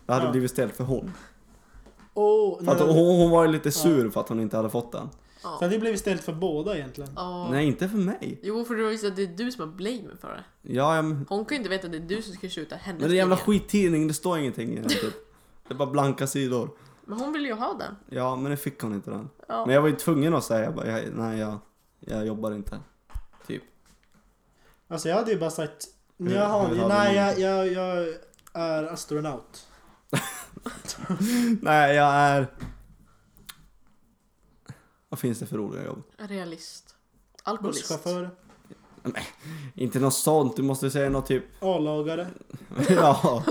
Speaker 2: Det hade
Speaker 3: Ja.
Speaker 2: blivit stelt för hon
Speaker 3: Oh,
Speaker 2: för att
Speaker 3: nej,
Speaker 2: hon, hon var ju lite sur för att hon inte hade fått den
Speaker 1: Ja.
Speaker 3: Så det blev ställt för båda egentligen.
Speaker 1: Ja.
Speaker 2: Nej inte för mig
Speaker 1: Jo, för du har ju sagt att det är du som har blamen för det.
Speaker 2: Ja, ja men,
Speaker 1: Hon kan ju inte veta att det är du som ska skjuta hennes
Speaker 2: men det är en jävla
Speaker 1: tidning.
Speaker 2: skittidning, det står ingenting i den typ Det är bara blanka sidor
Speaker 1: Men hon vill ju ha den.
Speaker 2: Ja men det fick hon inte den
Speaker 1: Ja.
Speaker 2: Men jag var ju tvungen att säga bara, jag, nej jag, jag jobbar inte Typ
Speaker 3: Alltså jag hade ju bara sagt
Speaker 2: Hur-
Speaker 3: Jaha,
Speaker 2: hur hade
Speaker 3: nej
Speaker 2: ni-
Speaker 3: jag, jag, jag är astronaut.
Speaker 2: Nej jag är Vad finns det för roliga jobb?
Speaker 1: Realist. Alkoholist.
Speaker 3: Busschaufför,
Speaker 2: Inte något sånt, du måste säga något typ [LAUGHS]
Speaker 3: A-lagare.
Speaker 2: Ja,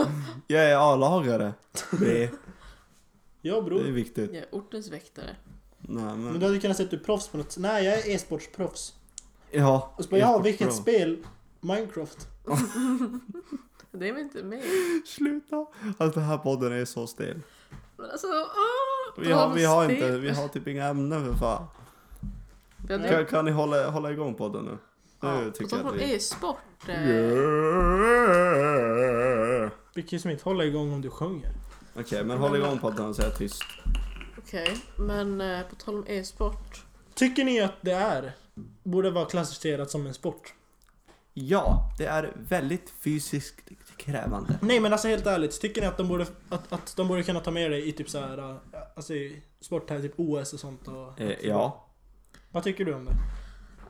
Speaker 2: jag är A-lagare. Det,
Speaker 3: Ja
Speaker 2: det är
Speaker 3: bror.
Speaker 2: viktigt.
Speaker 1: Jag är ortens väktare.
Speaker 2: Nej,
Speaker 3: Men
Speaker 2: men,
Speaker 3: du hade kunnat säga att du är proffs på något Nej jag är e-sportsproffs.
Speaker 2: ja.
Speaker 3: Och så bara, ja
Speaker 2: e-sport
Speaker 3: vilket
Speaker 2: bra.
Speaker 3: spel? Minecraft.
Speaker 1: Det är väl inte mig?
Speaker 2: Sluta! Alltså den här podden är så stel.
Speaker 1: Men alltså, åh,
Speaker 2: Vi har, vi har,
Speaker 1: det-
Speaker 2: inte, vi har typ inga ämnen för fan.
Speaker 1: Vi har
Speaker 3: Nej.
Speaker 2: Kan, kan ni hålla, hålla igång podden nu? Nu
Speaker 1: ja, på
Speaker 2: tycker
Speaker 1: tal
Speaker 2: jag att
Speaker 1: om
Speaker 2: vi...
Speaker 1: e-sport. eh,
Speaker 2: Yeah.
Speaker 3: Vi kan ju som inte hålla igång om du sjunger.
Speaker 2: Okej, men håll igång podden så är jag tyst.
Speaker 1: Okej, men eh, på tal om e-sport.
Speaker 3: Tycker ni att det är, borde vara klassificerat som en sport?
Speaker 2: Ja, det är väldigt fysiskt krävande.
Speaker 3: Nej men alltså helt ärligt, tycker ni att de borde, att, att de borde kunna ta med det i typ så här, äh, alltså i sport här, typ OS och sånt och...
Speaker 2: Eh, ja.
Speaker 3: Vad tycker du om det?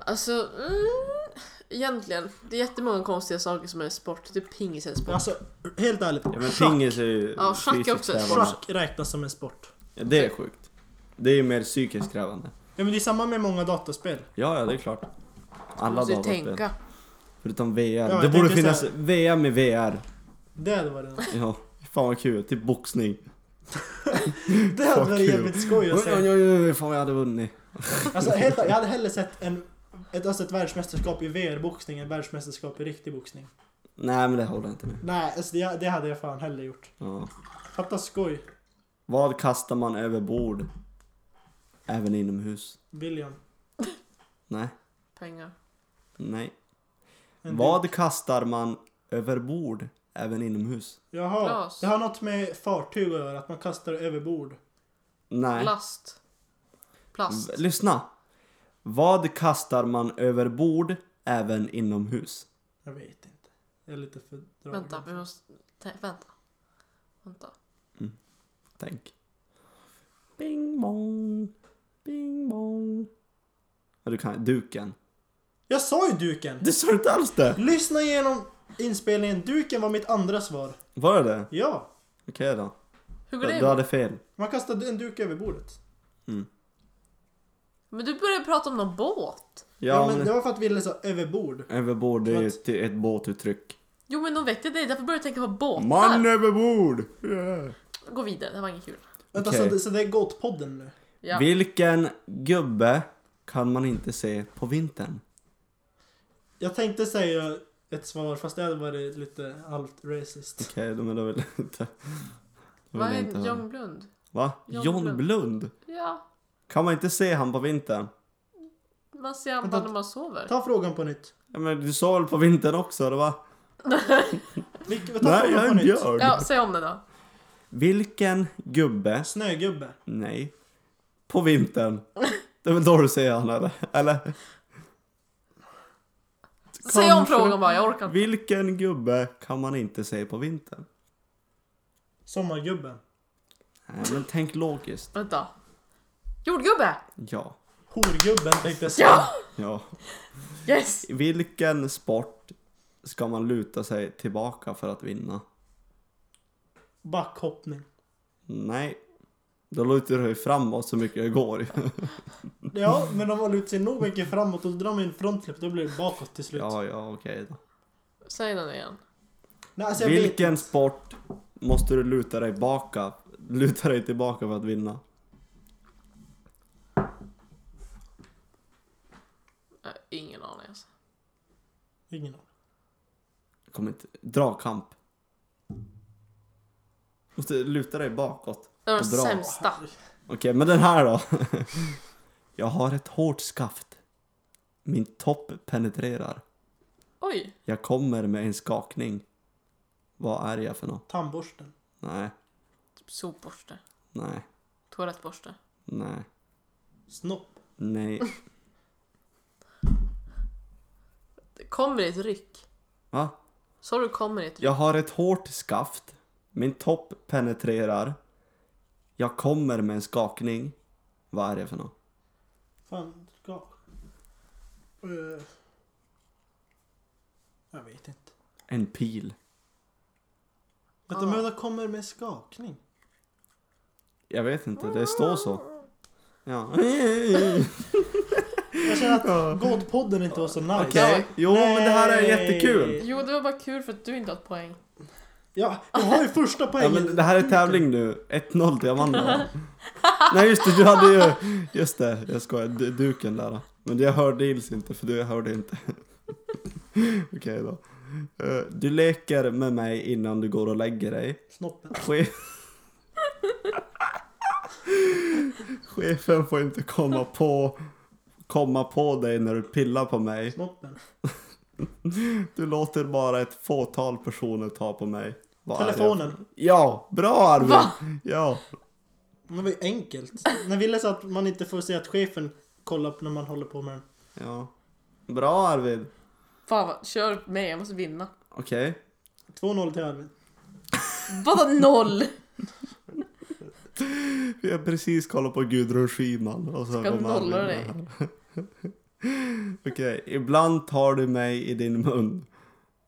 Speaker 1: Alltså, mm, egentligen. Det är jättemånga konstiga saker som är sport. Typ pingis är sport.
Speaker 3: Alltså, helt ärligt.
Speaker 2: ja men
Speaker 3: schack-
Speaker 2: pingis är ju
Speaker 1: Ja, schack är
Speaker 2: fysiskt
Speaker 1: också ett
Speaker 2: krävande.
Speaker 3: Schack räknas som en sport.
Speaker 2: Ja, det är sjukt. Det är ju mer psykiskt krävande.
Speaker 3: Ja men det är samma med många datorspel.
Speaker 2: Ja, ja, det är klart.
Speaker 1: Man
Speaker 2: Alla
Speaker 1: måste ju
Speaker 2: datorspel.
Speaker 1: tänka.
Speaker 2: Förutom VR.
Speaker 3: jag
Speaker 2: det borde
Speaker 3: tänkte
Speaker 2: finnas
Speaker 3: säga-
Speaker 2: VM i VR.
Speaker 3: Det hade varit något.
Speaker 2: Ja, fan vad kul. Typ boxning.
Speaker 3: Det hade
Speaker 2: Fuck
Speaker 3: varit
Speaker 2: you.
Speaker 3: jävligt skoj att
Speaker 2: Oj, oj,
Speaker 3: se.
Speaker 2: oj, oj, fan vad jag hade vunnit.
Speaker 3: Alltså helt ärligt, jag hade hellre sett en, ett, alltså ett världsmästerskap i VR-boxning än världsmästerskap i riktig boxning.
Speaker 2: Nej, men det håller inte med.
Speaker 3: Nej, alltså det, det hade jag fan hellre gjort.
Speaker 2: Ja.
Speaker 3: Fatta skoj,
Speaker 2: Vad kastar man över bord? Även inomhus?
Speaker 3: William.
Speaker 2: Nej,
Speaker 1: Pengar.
Speaker 2: nej.
Speaker 3: En
Speaker 2: Vad kastar man över bord? Även inomhus?
Speaker 3: Jaha,
Speaker 1: Glas.
Speaker 3: det har något med fartyg att göra, att man kastar över bord.
Speaker 2: Nej. Mm,
Speaker 1: Last. Plast.
Speaker 2: V- Lyssna. Vad kastar man över bord? Även inomhus?
Speaker 3: Jag vet inte. Jag är lite för dragen.
Speaker 1: Vänta, vi måste... tä- Vänta. Vänta.
Speaker 2: Tänk. Bing bong. Bing bong. Ja, du kan duken.
Speaker 3: Jag sa ju duken!
Speaker 2: Du sa inte alls det!
Speaker 3: Lyssna igenom inspelningen, duken var mitt andra svar.
Speaker 2: Var det det?
Speaker 3: Ja,
Speaker 2: Okej då.
Speaker 1: Hur går det
Speaker 2: Du, du
Speaker 1: ihop?
Speaker 2: hade fel.
Speaker 3: man kastade en duk över bordet.
Speaker 1: Men du började prata om någon båt.
Speaker 3: Ja,
Speaker 2: Ja,
Speaker 3: men,
Speaker 2: men
Speaker 3: det var för att Wille sa över bord.
Speaker 2: över bord är ju ett, ett båtuttryck.
Speaker 1: Jo men de väckte dig, därför började jag tänka på båtar.
Speaker 2: Man över bord! Yeah.
Speaker 1: Gå vidare, det här var inget kul.
Speaker 3: Vänta,
Speaker 2: Okej.
Speaker 3: så, så det är Goat-podden nu?
Speaker 1: Ja.
Speaker 2: Vilken gubbe kan man inte se på vintern?
Speaker 3: Jag tänkte säga ett svar fast det hade varit lite halvt racist.
Speaker 2: Okej, då men då vill jag inte... då
Speaker 1: Vad
Speaker 2: vill jag
Speaker 1: är
Speaker 2: inte höra.
Speaker 1: John Blund?
Speaker 2: Va?
Speaker 1: John
Speaker 2: John
Speaker 1: Blund.
Speaker 2: Blund?
Speaker 1: Ja,
Speaker 2: Kan man inte se han på vintern?
Speaker 1: man ser han
Speaker 3: Vänta,
Speaker 1: bara när man sover.
Speaker 3: Ta frågan på nytt.
Speaker 2: Ja, men du sa väl på vintern också? Eller va?
Speaker 3: Vilke, ta
Speaker 2: Nej, jag
Speaker 3: frågan
Speaker 2: är
Speaker 3: på
Speaker 2: en
Speaker 3: nytt.
Speaker 2: björn.
Speaker 1: Ja, säg om det då.
Speaker 2: Vilken gubbe?
Speaker 3: Snögubbe.
Speaker 2: Nej. På vintern.
Speaker 1: [LAUGHS]
Speaker 2: Det är väl då du ser han eller? eller?
Speaker 1: Säg om
Speaker 2: Kanske.
Speaker 1: frågan bara, jag orkar inte.
Speaker 2: Vilken gubbe kan man inte se på vintern?
Speaker 3: Sommargubben.
Speaker 2: Nej, men tänk logiskt.
Speaker 1: Vänta. Jordgubbe!
Speaker 2: Ja.
Speaker 3: Horgubben tänkte jag säga.
Speaker 1: Ja!
Speaker 2: Ja.
Speaker 1: Yes!
Speaker 2: Vilken sport ska man luta sig tillbaka för att vinna?
Speaker 3: Backhoppning.
Speaker 2: Nej. Då lutar du dig framåt så mycket det går.
Speaker 3: Ja, men om man lutar sig nog mycket framåt och drar man en frontflip då blir det bakåt till slut.
Speaker 2: Ja, ja, okej då.
Speaker 1: [LAUGHS] Säg den igen.
Speaker 3: Nej, alltså jag vet.
Speaker 2: Vilken sport måste du luta dig baka, luta dig tillbaka för att vinna?
Speaker 1: Jag har ingen aning alltså.
Speaker 3: Ingen aning.
Speaker 2: Jag Kommer inte... Dragkamp. Måste luta dig bakåt.
Speaker 1: Det var den
Speaker 2: Och dra.
Speaker 1: sämsta.
Speaker 2: Okej, men den här då? [LAUGHS] Jag har ett hårt skaft. Min topp penetrerar.
Speaker 1: Oj,
Speaker 2: Jag kommer med en skakning. Vad är jag för något?
Speaker 3: Tandborsten.
Speaker 2: Nej,
Speaker 1: typ sopborste.
Speaker 2: nej,
Speaker 1: Toalettborste.
Speaker 2: nej,
Speaker 3: Snopp.
Speaker 2: nej.
Speaker 1: Det kommer i ett ryck.
Speaker 2: Va?
Speaker 1: Så du kommer i ett ryck.
Speaker 2: Jag har ett hårt skaft. Min topp penetrerar. Jag kommer med en skakning. Vad är det för något?
Speaker 3: Fan, ska... Eh. Jag vet inte.
Speaker 2: En pil.
Speaker 3: Vänta,
Speaker 2: Ah.
Speaker 3: men vad kommer med skakning?
Speaker 2: Jag vet inte, det står så. Ja. [LAUGHS]
Speaker 3: Jag känner att Godpodden inte var så nice.
Speaker 2: Okej, jo men det här är jättekul.
Speaker 1: Jo, det var bara kul för att du inte har ett poäng.
Speaker 3: Ja, jag har ju första
Speaker 2: Ja,
Speaker 3: poängen.
Speaker 2: men det här är tävling nu. 1-0 till Amanda. Nej just det, du hade ju... Just det, jag skojar. Du, duken där. Men jag hörde Nils inte för du hörde inte. [LAUGHS] Okej då. Eh, Du leker med mig innan du går och lägger dig.
Speaker 3: Snoppen.
Speaker 2: Chef... Chefen får inte komma på, komma på dig när du pillar på mig.
Speaker 3: Snoppen.
Speaker 2: Du låter bara ett fåtal personer ta på mig. Vad är det?
Speaker 3: Telefonen.
Speaker 2: Ja, bra Arvid!
Speaker 1: Va?
Speaker 2: Ja.
Speaker 3: Men Det var ju enkelt. När Ville sa att man inte får se att chefen kollar på när man håller på med den.
Speaker 2: ja. Bra Arvid!
Speaker 1: Fan vad, kör med, jag måste vinna.
Speaker 2: Okej.
Speaker 3: 2-0 till Arvid.
Speaker 1: Vadå noll?
Speaker 2: Vi har precis kollat på Gudrun Schyman. Och så
Speaker 1: Ska
Speaker 2: kom
Speaker 1: nolla
Speaker 2: Arvid med
Speaker 1: dig.
Speaker 2: här. Okej, ibland tar du mig i din mun.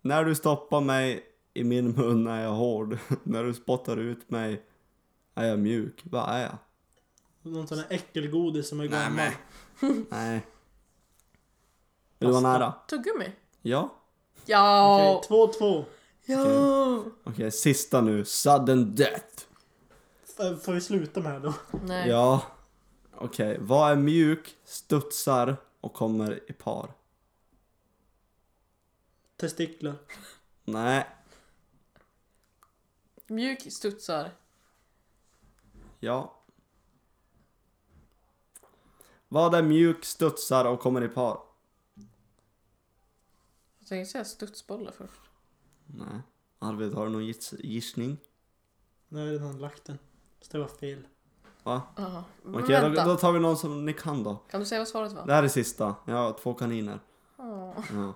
Speaker 2: När du stoppar mig i min mun är jag hård. [LAUGHS] När du spottar ut mig är jag mjuk. Vad är jag?
Speaker 3: Någon sån här äckelgodis som är
Speaker 2: Nej,
Speaker 3: gammal.
Speaker 2: men. [LAUGHS] Nej. Vill du vara
Speaker 3: Pasta.
Speaker 2: nära?
Speaker 1: Tuggummi?
Speaker 2: Ja.
Speaker 1: Ja.
Speaker 3: Okej, 2-2.
Speaker 1: Ja.
Speaker 2: Okej, sista nu. Sudden death.
Speaker 3: F- Får vi sluta med det då?
Speaker 1: Nej.
Speaker 2: Ja. Okej, vad är mjuk, studsar och kommer i par?
Speaker 3: Testiklar.
Speaker 2: Nej.
Speaker 1: Mjuk studsar.
Speaker 2: Ja. Vad är mjuk, studsar och kommer i par?
Speaker 1: Jag tänkte säga studsbollar först.
Speaker 2: Nej. Arvid, har du någon giss- gissning?
Speaker 3: Nu har jag redan lagt den. Så det var fel.
Speaker 2: Va?
Speaker 1: Ja. Men
Speaker 2: Okej,
Speaker 1: vänta.
Speaker 2: då, då tar vi någon som ni kan då.
Speaker 1: Kan du säga vad svaret var?
Speaker 2: Det här är sista. Jag har två kaniner.
Speaker 1: Åh.
Speaker 2: Ja.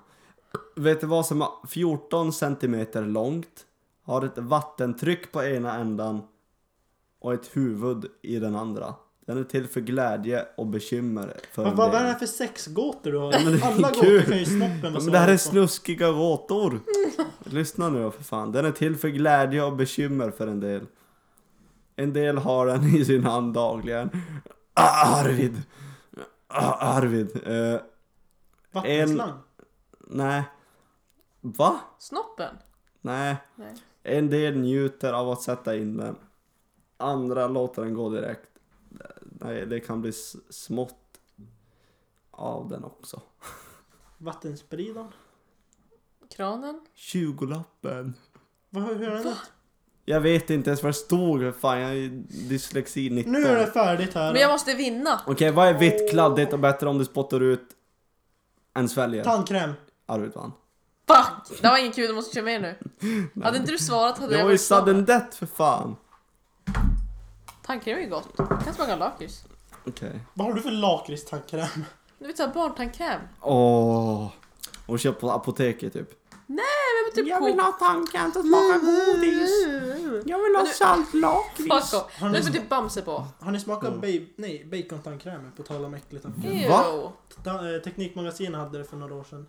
Speaker 2: Vet du vad som är 14 centimeter långt? Har ett vattentryck på ena ändan och ett huvud i den andra. Den är till för glädje och bekymmer för
Speaker 3: Vad,
Speaker 2: en
Speaker 3: vad vad är
Speaker 2: del.
Speaker 3: det här för sexgåtor du har?
Speaker 2: men det är
Speaker 3: Alla
Speaker 2: kul.
Speaker 3: gåtor kan ju alltså, snoppen
Speaker 2: Ja,
Speaker 3: vara
Speaker 2: men det här är
Speaker 3: svaret på.
Speaker 2: snuskiga gåtor. [LAUGHS] Lyssna nu då för fan. Den är till för glädje och bekymmer för en del. En del har den i sin hand dagligen. Ah, Arvid! Ah, Arvid! Eh,
Speaker 3: Vattenslang?
Speaker 2: nej. Va?
Speaker 1: Snoppen?
Speaker 2: Nej.
Speaker 1: Nej.
Speaker 2: En del njuter av att sätta in den. Andra låter den gå direkt. Nej, det kan bli s- smått av den också.
Speaker 3: Vattenspridaren?
Speaker 1: Kranen?
Speaker 2: 20-lappen.
Speaker 3: Vad, hur är det?
Speaker 2: Jag vet inte ens vad det stod för fan, jag är ju dyslexi 19.
Speaker 3: Nu är det färdigt här.
Speaker 1: Men jag måste vinna!
Speaker 2: Okej, vad är vitt, kladdigt och bättre om du spottar ut än sväljer?
Speaker 3: Tandkräm.
Speaker 2: Arvid vann.
Speaker 1: Fuck! Det var ingen kul, du måste köra med nu. Hade inte du svarat hade
Speaker 2: Det
Speaker 1: jag
Speaker 2: var ju
Speaker 1: varit snabb.
Speaker 2: sudden death för fan.
Speaker 1: Tandkräm är ju gott. Det kan smaka lakrits.
Speaker 2: Okej.
Speaker 3: Vad har du för lakritstandkräm?
Speaker 1: Du vet såhär barntandkräm.
Speaker 2: Åh. Och köp på apoteket typ.
Speaker 1: Nej men typ
Speaker 4: Jag
Speaker 1: på...
Speaker 4: vill ha tandkräm som smakar godis. Jag vill ha
Speaker 1: Men du-
Speaker 4: saltlakrits.
Speaker 1: Fuck off.
Speaker 3: Har
Speaker 1: Nu
Speaker 3: ni-
Speaker 1: får typ Bamse på.
Speaker 3: Har ni smakat ba- nej, bacontandkrämen? På tal om äckligt.
Speaker 1: Ew.
Speaker 2: Va?
Speaker 3: Ta- eh, Teknikmagasin hade det för några år sedan.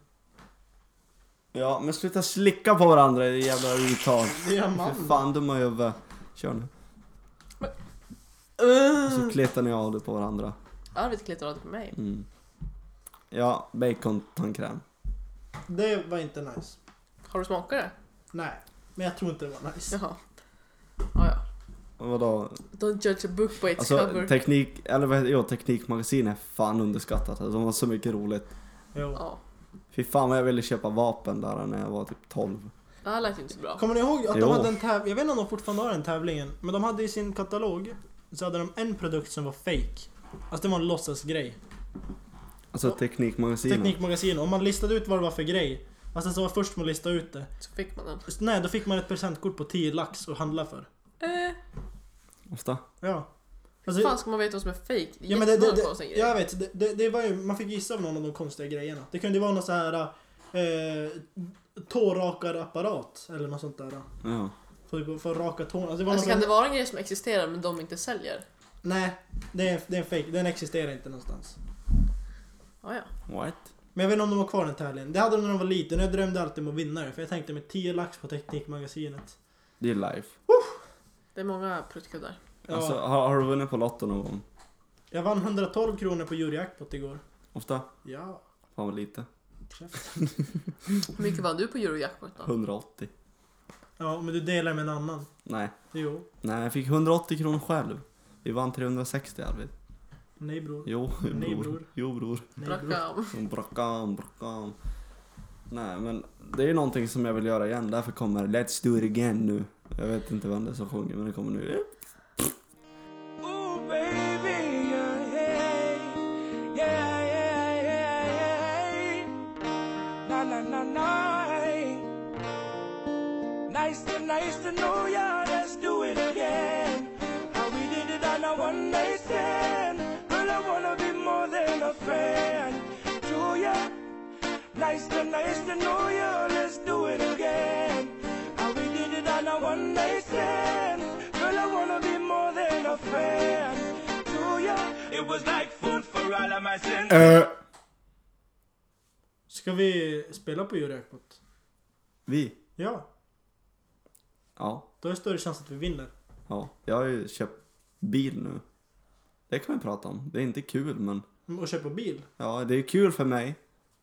Speaker 2: Ja, men sluta slicka på varandra i jävla uttal.
Speaker 3: Det gör man.
Speaker 2: För fan, dumma huvud. Kör nu. Och så
Speaker 3: Mm.
Speaker 1: Uh.
Speaker 2: kletar ni av det på varandra.
Speaker 1: Arvid klittrar aldrig på mig.
Speaker 2: Mm. Ja, bacon tandkräm.
Speaker 3: Det var inte nice.
Speaker 1: Har du smakat det?
Speaker 3: Nej, men jag tror inte det var nice.
Speaker 1: Jaha. Ah, ja.
Speaker 2: Vadå?
Speaker 1: Don't judge a book by its
Speaker 2: Alltså
Speaker 1: cover.
Speaker 2: teknik, eller vad heter, jo, teknikmagasin är fan underskattat. Alltså, De har så mycket roligt.
Speaker 3: Jo.
Speaker 1: Ja.
Speaker 2: Fy fan vad jag ville köpa vapen där när jag var typ 12.
Speaker 1: Det här lät ju inte så bra.
Speaker 3: Kommer ni ihåg att
Speaker 2: Jo.
Speaker 3: de hade en tävling? Jag vet inte om de fortfarande har den tävlingen. Men de hade i sin katalog så hade de en produkt som var fake. Alltså det var en låtsasgrej.
Speaker 2: Alltså teknikmagasin.
Speaker 3: Teknikmagasin. Om man listade ut vad det var för grej. Alltså så var först med att lista ut det.
Speaker 1: Så fick man den.
Speaker 3: Så, nej, då fick man ett presentkort på 10 lax att handla för.
Speaker 1: Eh,
Speaker 2: Ofta.
Speaker 3: Ja.
Speaker 1: hur
Speaker 3: Alltså,
Speaker 1: fan ska man veta vad som är fake?
Speaker 3: ja, men det, det,
Speaker 1: Jättemånga
Speaker 3: det,
Speaker 1: konstiga
Speaker 3: jag
Speaker 1: grejer.
Speaker 3: vet, det, det, det var ju, man fick gissa av någon av de konstiga grejerna. Det kunde ju vara någon så här eh, tårrakarapparat eller något sånt där.
Speaker 2: Ja.
Speaker 3: För, för att raka tårna. Alltså, det var
Speaker 1: Alltså
Speaker 3: någon
Speaker 1: kan det
Speaker 3: sån,
Speaker 1: vara en grej som existerar men de inte säljer?
Speaker 3: Nej, det är, det är en fake. Den existerar inte någonstans.
Speaker 1: Ah, ja.
Speaker 2: What?
Speaker 3: Men jag vet inte om de har kvar den tävlingen. Det hade de när de var liten och jag drömde alltid om att vinna det. För jag tänkte med 10 lax på Teknikmagasinet.
Speaker 2: Det är life.
Speaker 1: Det är många pruttkuddar.
Speaker 3: Ja,
Speaker 2: Alltså, har, har du vunnit på Lotto någon gång?
Speaker 3: Jag vann 112 kronor på Eurojackpot igår.
Speaker 2: Ofta?
Speaker 3: Ja,
Speaker 2: Fan vad lite.
Speaker 3: kräft.
Speaker 1: Hur mycket vann du på Eurojackpot då?
Speaker 2: 180.
Speaker 3: Ja, men du delar med en annan.
Speaker 2: Nej.
Speaker 3: Jo.
Speaker 2: Nej, jag fick 180 kronor själv. Vi vann 360 Arvid.
Speaker 3: Nej bror.
Speaker 2: Jo, [LAUGHS]
Speaker 3: Nej,
Speaker 2: bror.
Speaker 3: bror.
Speaker 2: Jo, bror.
Speaker 3: Nej, bror.
Speaker 1: Bracka om.
Speaker 2: Brakam, brakam. Nej, men det är ju någonting som jag vill göra igen. Därför kommer Let's Do It Again nu. Jag vet inte vem det är som sjunger, men det kommer nu.
Speaker 4: Ooh, baby, yeah, hey. Yeah, yeah, yeah, hey. Na, na, na, na, hey. Nice to nice to know ya, let's do it again. How we did it on a one night stand. Girl, I wanna be more than a friend to ya. Nice to nice to know a friend to you. It was like food for all of my sins.
Speaker 3: Ska vi spela på Euro Jackpot?
Speaker 2: Vi?
Speaker 3: Ja,
Speaker 2: Ja.
Speaker 3: då är det större chans att vi vinner.
Speaker 2: Ja. Jag har ju köpt bil nu. Det kan vi prata om. Det är inte kul men.
Speaker 3: Mm, Och köpa bil,
Speaker 2: Ja, det är kul för mig.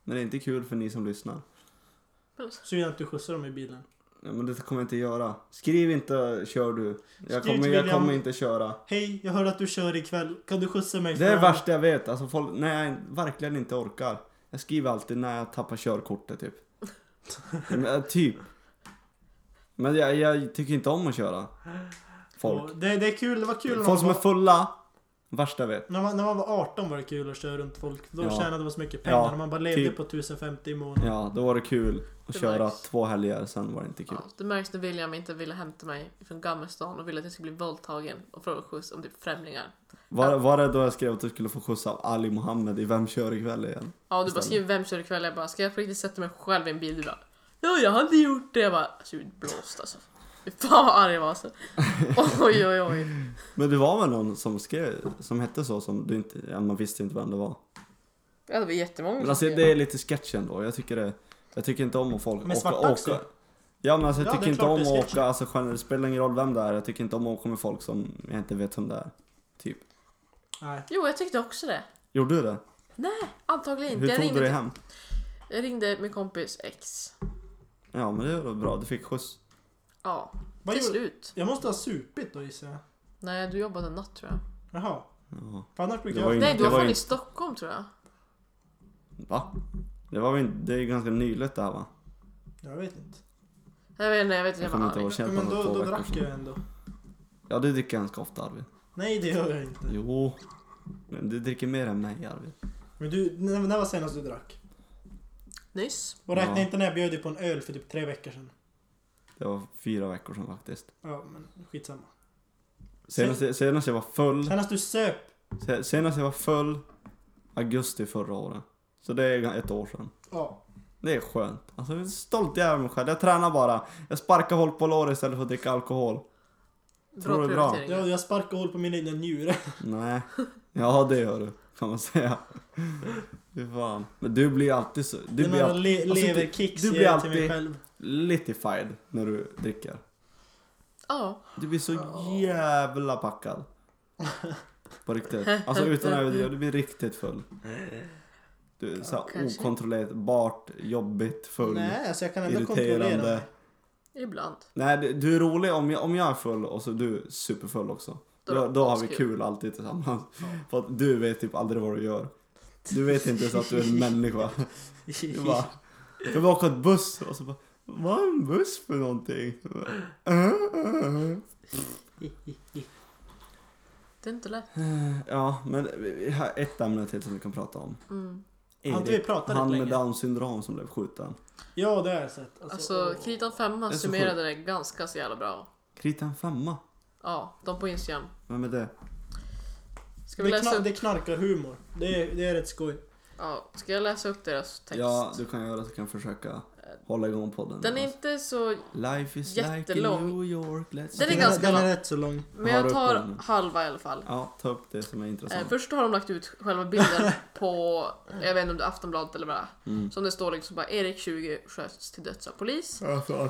Speaker 2: Men det är inte kul för ni som lyssnar.
Speaker 3: såvida inte du skjutsar dem i bilen.
Speaker 2: Ja, men det kommer jag inte göra. Skriv inte kör du. Jag
Speaker 3: Skriv
Speaker 2: kommer,
Speaker 3: till
Speaker 2: jag
Speaker 3: William.
Speaker 2: kommer inte köra.
Speaker 3: Hej, jag hörde att du kör ikväll. Kan du skjutsa mig?
Speaker 2: Det är det
Speaker 3: fram?
Speaker 2: värsta jag vet. Alltså folk, när jag verkligen inte orkar. Jag skriver alltid när jag tappar körkortet typ. Men, eh, typ. Men jag, jag tycker inte om att köra. Folk.
Speaker 3: Och Det, det är kul, det var kul när man,
Speaker 2: Folk som är
Speaker 3: var,
Speaker 2: fulla. Värsta jag vet.
Speaker 3: när, man, när man var 18 var det kul att köra runt folk. Då
Speaker 2: Ja.
Speaker 3: tjänade man så mycket pengar.
Speaker 2: Ja,
Speaker 3: när man bara levde
Speaker 2: typ.
Speaker 3: på 1050 i månaden.
Speaker 2: Ja, då var det kul att
Speaker 1: Det
Speaker 2: köra
Speaker 1: märks.
Speaker 2: två helger, sen var det inte kul.
Speaker 1: Ja, det märks när William inte ville hämta mig från Gamlestan och ville att jag skulle bli våldtagen och fråga skjuts om typ främlingar.
Speaker 2: Var, var det då jag skrev att du skulle få skjuts av Ali Mohammed i Vem kör ikväll igen?
Speaker 1: Ja, du bara skriver vem kör ikväll? Jag bara, ska jag på riktigt sätta mig själv i en bil? Du bara, ja, jag har inte gjort det. Jag bara, alltså jag är blåst alltså. Fy Fan vad arg jag var
Speaker 2: [LAUGHS]
Speaker 1: alltså. Oj, oj, oj.
Speaker 2: Men det var väl någon som skrev, som hette så som du inte, ja, man visste inte vem det var.
Speaker 1: Ja, det var jättemånga
Speaker 2: Men
Speaker 1: som
Speaker 2: alltså
Speaker 1: skrev.
Speaker 2: det är lite sketchen då. Jag tycker det, jag tycker inte om att folk
Speaker 3: Men svarttaxi?
Speaker 2: Ja men alltså
Speaker 3: Ja,
Speaker 2: jag
Speaker 3: det är
Speaker 2: tycker inte
Speaker 3: klart
Speaker 2: om
Speaker 3: det är
Speaker 2: att
Speaker 3: sketchen.
Speaker 2: åka, alltså generellt, det spelar ingen roll vem det är. Jag tycker inte om att åka med folk som jag inte vet vem det är. Typ.
Speaker 3: Nej.
Speaker 1: Jo, jag tyckte också det.
Speaker 2: Gjorde du det?
Speaker 1: Nej, antagligen inte.
Speaker 2: Hur
Speaker 1: jag,
Speaker 2: tog
Speaker 1: ringde,
Speaker 2: du dig hem?
Speaker 1: jag ringde min kompis ex.
Speaker 2: Ja men det var bra, du fick skjuts.
Speaker 1: Ja,
Speaker 3: Vad
Speaker 1: till
Speaker 3: gjorde-
Speaker 1: slut.
Speaker 3: Jag måste ha supit då gissar jag.
Speaker 1: Nej, du jobbade en natt tror jag.
Speaker 3: Jaha.
Speaker 2: Ja.
Speaker 3: För annars brukar
Speaker 2: Det var
Speaker 3: jag...
Speaker 2: ju-
Speaker 1: Nej, du var
Speaker 2: var
Speaker 1: fan
Speaker 2: ju-
Speaker 1: i Stockholm tror jag.
Speaker 2: Va? Det var ju inte- det är ju ganska nyligt det här va?
Speaker 3: Jag vet inte.
Speaker 1: Jag vet inte, jag vet inte.
Speaker 2: Jag
Speaker 1: Jag
Speaker 2: kommer
Speaker 1: var
Speaker 2: inte ihåg.
Speaker 1: arg.
Speaker 2: känt
Speaker 3: men
Speaker 2: honom
Speaker 3: då,
Speaker 2: två
Speaker 3: då
Speaker 2: veckor
Speaker 3: drack
Speaker 2: sedan.
Speaker 3: jag ändå.
Speaker 2: Ja du dricker ganska ofta Arvid.
Speaker 3: Nej det gör jag inte.
Speaker 2: Jo. Men du dricker mer än mig Arvid.
Speaker 3: Men du, när, när var senast du drack?
Speaker 1: Nyss.
Speaker 3: Och räkna
Speaker 2: Ja.
Speaker 3: inte när jag bjöd dig på en öl för typ tre veckor sedan.
Speaker 2: Det var fyra veckor sedan faktiskt.
Speaker 3: Ja men skitsamma.
Speaker 2: Mm. Senast, senast jag var full.
Speaker 3: Senast du söp.
Speaker 2: Se- Senast jag var full, augusti förra året. Så det är ett år sedan.
Speaker 3: Ja.
Speaker 2: Det är skönt. Alltså jag är stolt jävla mig själv. Jag tränar bara. Jag sparkar hål på lår istället för att dricka alkohol. Tror
Speaker 1: Bra
Speaker 2: det är bra.
Speaker 1: prioriteringar.
Speaker 3: Jag, jag sparkade hål på mina egna njure.
Speaker 2: Nej. Ja det gör du, kan man säga. Fy fan. Men du blir alltid så... Du
Speaker 3: Det
Speaker 2: blir
Speaker 3: är några
Speaker 2: alltid
Speaker 3: le,
Speaker 2: alltså, du-
Speaker 3: leverkicks
Speaker 2: du
Speaker 3: ger
Speaker 2: blir
Speaker 3: jag till mig
Speaker 2: alltid-
Speaker 3: själv.
Speaker 2: litified när du dricker.
Speaker 1: Ja.
Speaker 2: Du blir så jävla packad. På riktigt. Alltså utan att överdriva, du blir riktigt full. Du är så här
Speaker 1: kanske.
Speaker 2: okontrollerbart, jobbigt, full.
Speaker 3: Nej, alltså jag kan ändå kontrollera
Speaker 2: irriterande.
Speaker 3: mig.
Speaker 1: Ibland.
Speaker 2: Nej, du- du är rolig om jag, om jag är full och så är du är superfull också.
Speaker 1: Då
Speaker 2: Då,
Speaker 1: är det
Speaker 2: då, har vi
Speaker 1: askul.
Speaker 2: kul alltid tillsammans. För att du vet typ aldrig vad du gör. Du vet inte ens att du är en människa. [LAUGHS] Du bara, ska vi åka ett buss? Och så bara, vad är en buss för någonting? Jag bara, "Äh, äh."
Speaker 1: Det är inte lätt.
Speaker 2: Ja, men vi- vi har ett ämne till som vi kan prata om.
Speaker 1: Mm.
Speaker 3: Har inte vi pratat lite
Speaker 2: han med
Speaker 3: länge?
Speaker 2: down syndrom som blev skjuten.
Speaker 3: Ja, det har jag sett.
Speaker 1: Alltså,
Speaker 3: åh.
Speaker 1: Kritan 5
Speaker 2: är så
Speaker 1: summerade det ganska så jävla bra.
Speaker 2: Krita en femma.
Speaker 1: Ja, de på Instagram.
Speaker 2: Vem är det?
Speaker 1: Ska vi
Speaker 3: det,
Speaker 1: läsa
Speaker 3: knar,
Speaker 1: upp,
Speaker 3: det knarkar humor. Det är, det är rätt skoj.
Speaker 1: ja, ska jag läsa upp deras text?
Speaker 2: Ja, du kan göra så kan jag försöka
Speaker 3: Eh,
Speaker 2: hålla igång podden.
Speaker 1: Den är inte så...
Speaker 2: Life is like
Speaker 1: jättelång.
Speaker 2: in New York, let's
Speaker 1: Den är
Speaker 2: go.
Speaker 1: ganska
Speaker 3: den
Speaker 1: lång.
Speaker 3: är rätt så lång.
Speaker 1: Men
Speaker 2: Har
Speaker 1: jag
Speaker 2: du
Speaker 1: tar
Speaker 2: upp den?
Speaker 1: halva i alla fall.
Speaker 2: Ja, ta upp det som är
Speaker 1: Eh,
Speaker 2: intressant.
Speaker 1: först har de lagt ut själva bilden [LAUGHS] på, jag vet inte om det är Aftonbladet eller vad det
Speaker 2: Mm.
Speaker 1: är. Som det står liksom bara Erik 20 sköts till döds av polis.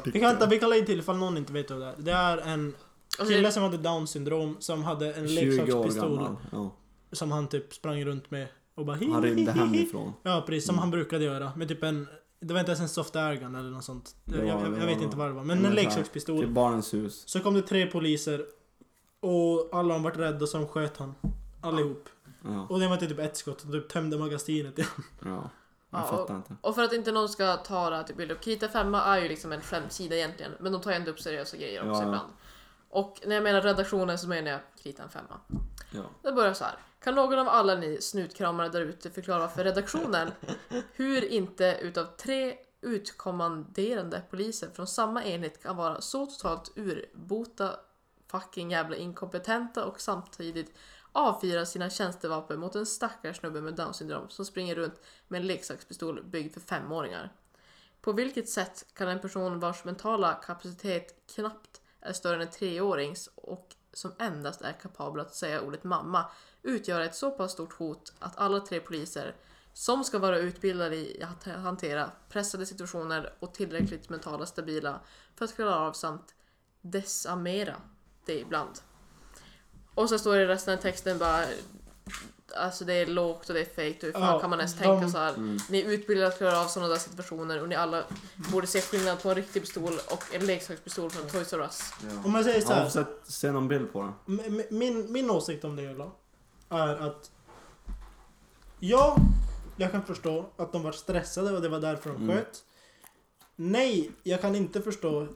Speaker 3: Vi kan, vänta, vi kan lägga till ifall någon inte vet vad det är. Det är en
Speaker 1: Och så är
Speaker 3: kille
Speaker 1: det,
Speaker 3: som hade down syndrom som hade en
Speaker 2: 20 år
Speaker 3: leksakspistol
Speaker 2: gammal. Ja.
Speaker 3: som han typ sprang runt med och bara hi,
Speaker 2: Han
Speaker 3: hi,
Speaker 2: rymde
Speaker 3: hi, hi.
Speaker 2: hemifrån. Mm.
Speaker 3: Ja, precis. Som han brukade göra. Med typ en... Det var inte ens en soft airgun eller något sånt.
Speaker 2: Det
Speaker 3: jag,
Speaker 2: var-
Speaker 3: jag,
Speaker 2: det
Speaker 3: jag vet
Speaker 2: var-
Speaker 3: inte vad det var. Men
Speaker 2: det
Speaker 3: en
Speaker 2: var så här,
Speaker 3: leksakspistol.
Speaker 2: Till barnens hus.
Speaker 3: Så kom det tre poliser och alla de vart rädda som sköt han. Allihop.
Speaker 2: Ja,
Speaker 3: Och det var inte typ ett skott, de typ tömde magasinet. [LAUGHS]
Speaker 2: ja.
Speaker 1: Ja,
Speaker 2: Jag fattar inte.
Speaker 1: och för att inte någon ska ta det här till bild upp, Krita 5 är ju liksom en skämtsida egentligen. Men de tar ju ändå upp seriösa grejer också
Speaker 2: Ja, ja.
Speaker 1: ibland. Och när jag menar redaktionen så menar jag Krita 5
Speaker 2: Ja.
Speaker 1: Det börjar så här. Kan någon av alla ni snutkramare där ute förklara för redaktionen hur inte utav tre utkommanderande poliser från samma enhet kan vara så totalt urbota fucking jävla inkompetenta och samtidigt avfyra sina tjänstevapen mot en stackars snubbe med down syndrom som springer runt med en leksakspistol byggd för femåringar. På vilket sätt kan en person vars mentala kapacitet knappt är större än en treårings och som endast är kapabla att säga ordet mamma utgöra ett så pass stort hot att alla tre poliser som ska vara utbildade i att hantera pressade situationer och tillräckligt mentala stabila för att klara av samt desarmera det ibland. Och så står det i resten av texten bara Alltså det är lågt och det är fejkt och hur fan
Speaker 3: Ja,
Speaker 1: kan man ens
Speaker 3: de-
Speaker 1: tänka så här?
Speaker 2: Mm.
Speaker 1: Ni är utbildade att klara av sådana där situationer och ni alla borde se skillnad på en riktig pistol och en leksakspistol från Toys R Us.
Speaker 3: Om man säger så
Speaker 2: Jag
Speaker 3: här.
Speaker 2: har sett, sett någon bild på den.
Speaker 3: M- m- min, min åsikt om det hela är att ja, jag kan förstå att de var stressade och det var därför de
Speaker 2: Mm.
Speaker 3: sköt. Nej, jag kan inte förstå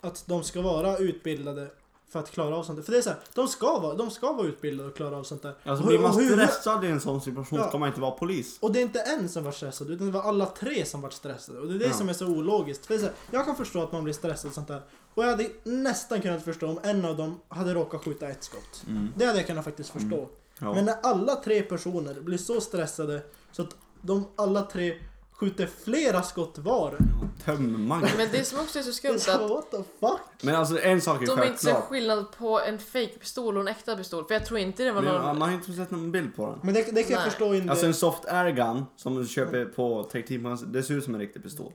Speaker 3: att de ska vara utbildade för att klara av sånt där. För det är så här, de ska vara, de ska vara utbildade och klara av sånt där.
Speaker 2: Alltså
Speaker 3: Och-
Speaker 2: blir man
Speaker 3: och hur-
Speaker 2: stressad i en sån situation
Speaker 3: Ja.
Speaker 2: ska man inte vara polis.
Speaker 3: och det är inte en som var stressad utan det var alla tre som var stressade. Och det är det
Speaker 2: Ja.
Speaker 3: som är så ologiskt. För det är så här, jag kan förstå att man blir stressad och sånt där. Och jag hade nästan kunnat förstå om en av dem hade råkat skjuta ett skott. Det hade jag kunnat faktiskt förstå.
Speaker 2: Mm. Ja.
Speaker 3: Men när alla tre personer blir så stressade så att de alla tre skjuter flera skott var.
Speaker 2: Tömmang.
Speaker 1: Men det som också är så
Speaker 3: Det är
Speaker 1: skumt är
Speaker 3: så,
Speaker 1: att
Speaker 3: what the fuck?
Speaker 2: Men alltså en sak är
Speaker 1: de inte ser
Speaker 2: självklar.
Speaker 1: skillnad på en fake-pistol och en äkta pistol. För jag tror inte det var
Speaker 2: Det- Man
Speaker 1: någon... Mm.
Speaker 2: har inte sett någon bild på den.
Speaker 3: Men det, det kan jag
Speaker 1: Nej.
Speaker 3: förstå inte.
Speaker 2: Alltså
Speaker 3: Alltså,
Speaker 2: en soft air gun som du köper på teknikmarknaden, det ser ut som en riktig pistol.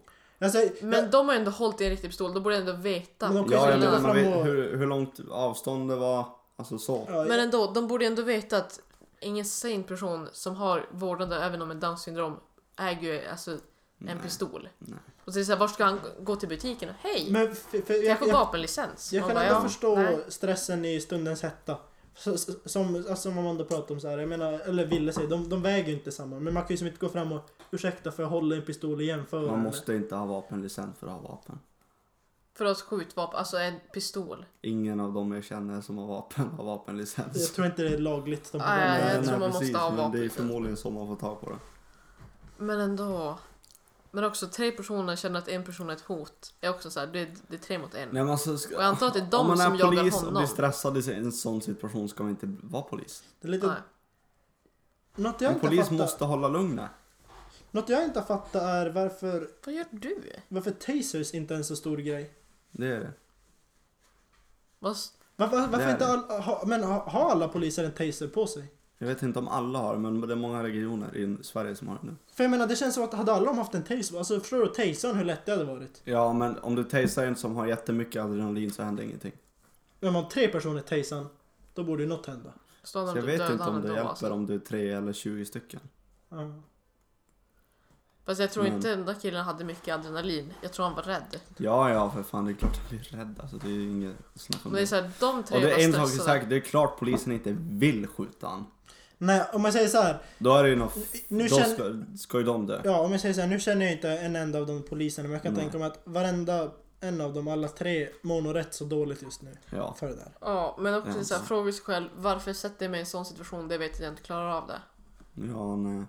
Speaker 1: Men de har ju ändå hållit i en riktig pistol, de borde ändå veta.
Speaker 3: Men de kan ju
Speaker 2: Ja, jag
Speaker 3: skillnaden
Speaker 2: menar man
Speaker 3: framåt.
Speaker 2: vet hur, hur långt avstånd det var, alltså så.
Speaker 3: ja,
Speaker 1: Men ändå, de borde ändå veta att ingen sane person som har vårdande även om en down syndrom äger ju alltså en pistol. Och så är det såhär, vart ska han gå till butiken? Och, Hej!
Speaker 3: men f- för,
Speaker 1: jag
Speaker 3: jag,
Speaker 1: får
Speaker 3: jag,
Speaker 1: vapenlicens.
Speaker 3: jag
Speaker 1: Man
Speaker 3: kan
Speaker 1: bara,
Speaker 3: ändå
Speaker 1: ja,
Speaker 3: förstå
Speaker 1: nej.
Speaker 3: stressen i stundens hetta. Så- så- Som, alltså, som Amanda pratade om så här, jag menar, eller ville säga, de, de väger ju inte samma. Men man kan ju som inte gå fram och ursäkta för jag håller en pistol och jämför.
Speaker 2: Man måste inte ha vapenlicens för att ha vapen.
Speaker 1: För att skjutvapen, alltså en pistol.
Speaker 2: Ingen av dem jag känner som har vapen har
Speaker 3: Jag
Speaker 2: vapenlicens.
Speaker 3: tror inte det är lagligt. De
Speaker 1: Nej,
Speaker 3: programmen.
Speaker 1: jag
Speaker 2: Nej,
Speaker 1: tror man
Speaker 2: precis,
Speaker 1: måste ha
Speaker 2: men Det är
Speaker 1: vapen.
Speaker 2: förmodligen så man får tag på det.
Speaker 1: Men ändå. Men också tre personer känner att en person är ett hot. Jag är också såhär, det, är- det är tre mot en.
Speaker 2: Nej, men alltså, ska,
Speaker 1: Och jag antar att det är de
Speaker 2: om man
Speaker 1: som
Speaker 2: är
Speaker 1: jagar
Speaker 2: polis och
Speaker 1: honom.
Speaker 2: blir stressad i en sån situation ska man inte vara polis.
Speaker 3: Det är lite,
Speaker 1: Nej.
Speaker 3: Något jag
Speaker 2: En
Speaker 3: inte
Speaker 2: polis
Speaker 3: fattar-
Speaker 2: måste hålla lugnet.
Speaker 3: Något jag inte fattar är varför,
Speaker 1: Vad gör du?
Speaker 3: varför tasers inte är en så stor grej.
Speaker 2: Det är det.
Speaker 1: Vad s-
Speaker 3: Var, var,
Speaker 2: Det
Speaker 3: varför
Speaker 2: är
Speaker 3: inte
Speaker 2: det.
Speaker 3: all, ha, men ha, har alla poliser en taser på sig?
Speaker 2: Jag vet inte om alla har men det är många regioner i Sverige som har det nu.
Speaker 3: För jag menar det känns som att hade alla de haft en taser, alltså förstår du tasern hur lätt det hade varit?
Speaker 2: Ja men om du tasar en som har jättemycket adrenalin så händer ingenting.
Speaker 3: När man har tre personer tasan, då borde ju något hända.
Speaker 1: Står
Speaker 2: Så jag vet inte om det hjälper
Speaker 1: alltså?
Speaker 2: om du är tre eller 20 stycken.
Speaker 3: Ja.
Speaker 1: Fast jag tror
Speaker 2: Men-
Speaker 1: inte den där killen hade mycket adrenalin. Jag tror han var rädd.
Speaker 2: Ja ja för fan det är klart att du blir rädd alltså. Det är inget snack om
Speaker 1: Men det är
Speaker 2: det.
Speaker 1: såhär, de tre
Speaker 2: Och det är en
Speaker 1: var
Speaker 2: sak är
Speaker 1: stressade.
Speaker 2: säkert, det är klart polisen inte vill skjuta han.
Speaker 3: Nej, om jag säger så här.
Speaker 2: Då är det ju något...
Speaker 3: Nu
Speaker 2: Då
Speaker 3: känn-
Speaker 2: ska, ska ju de dö.
Speaker 3: Ja, om jag säger så här, nu känner jag inte en enda av de poliserna, men jag kan
Speaker 2: Nej.
Speaker 3: tänka mig att varenda en av dem, alla tre, mår nog rätt så dåligt just nu.
Speaker 2: Ja.
Speaker 3: För det där.
Speaker 1: Ja, men också
Speaker 2: Ja.
Speaker 1: så här, fråga sig själv varför sätter jag mig i en sån situation där jag vet att jag inte klarar av det?
Speaker 2: Ja nej.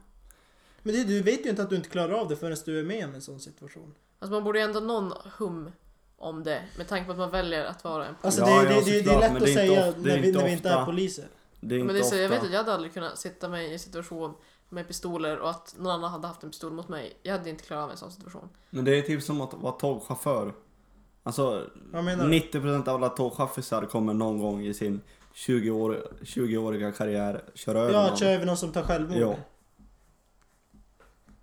Speaker 3: Men det, du vet ju inte att du inte klarar av det förrän du är med om en sån situation.
Speaker 1: Alltså man borde ju ändå ha någon hum om det med tanke på att man väljer att vara en
Speaker 3: Alltså
Speaker 2: Ja,
Speaker 3: det, är-
Speaker 2: ja,
Speaker 3: det, det, det
Speaker 2: såklart,
Speaker 3: är lätt
Speaker 2: men
Speaker 3: att
Speaker 2: det är inte
Speaker 3: säga
Speaker 2: of- det är
Speaker 3: när, vi,
Speaker 2: inte
Speaker 3: när vi inte
Speaker 2: ofta.
Speaker 3: är poliser.
Speaker 2: Det är inte
Speaker 1: Men det är så, jag vet
Speaker 2: ofta.
Speaker 1: att jag hade aldrig kunnat sitta mig i en situation med pistoler och att någon annan hade haft en pistol mot mig. Jag hade inte klarat av en sån situation.
Speaker 2: Men det är typ som att vara tågchaufför. Alltså
Speaker 3: Vad menar du?
Speaker 2: 90% av alla tågchaffisar kommer någon gång i sin 20-år- 20-åriga karriär köra över
Speaker 3: Ja,
Speaker 2: någon.
Speaker 3: att köra över någon som tar självmord. Mm,
Speaker 2: Ja.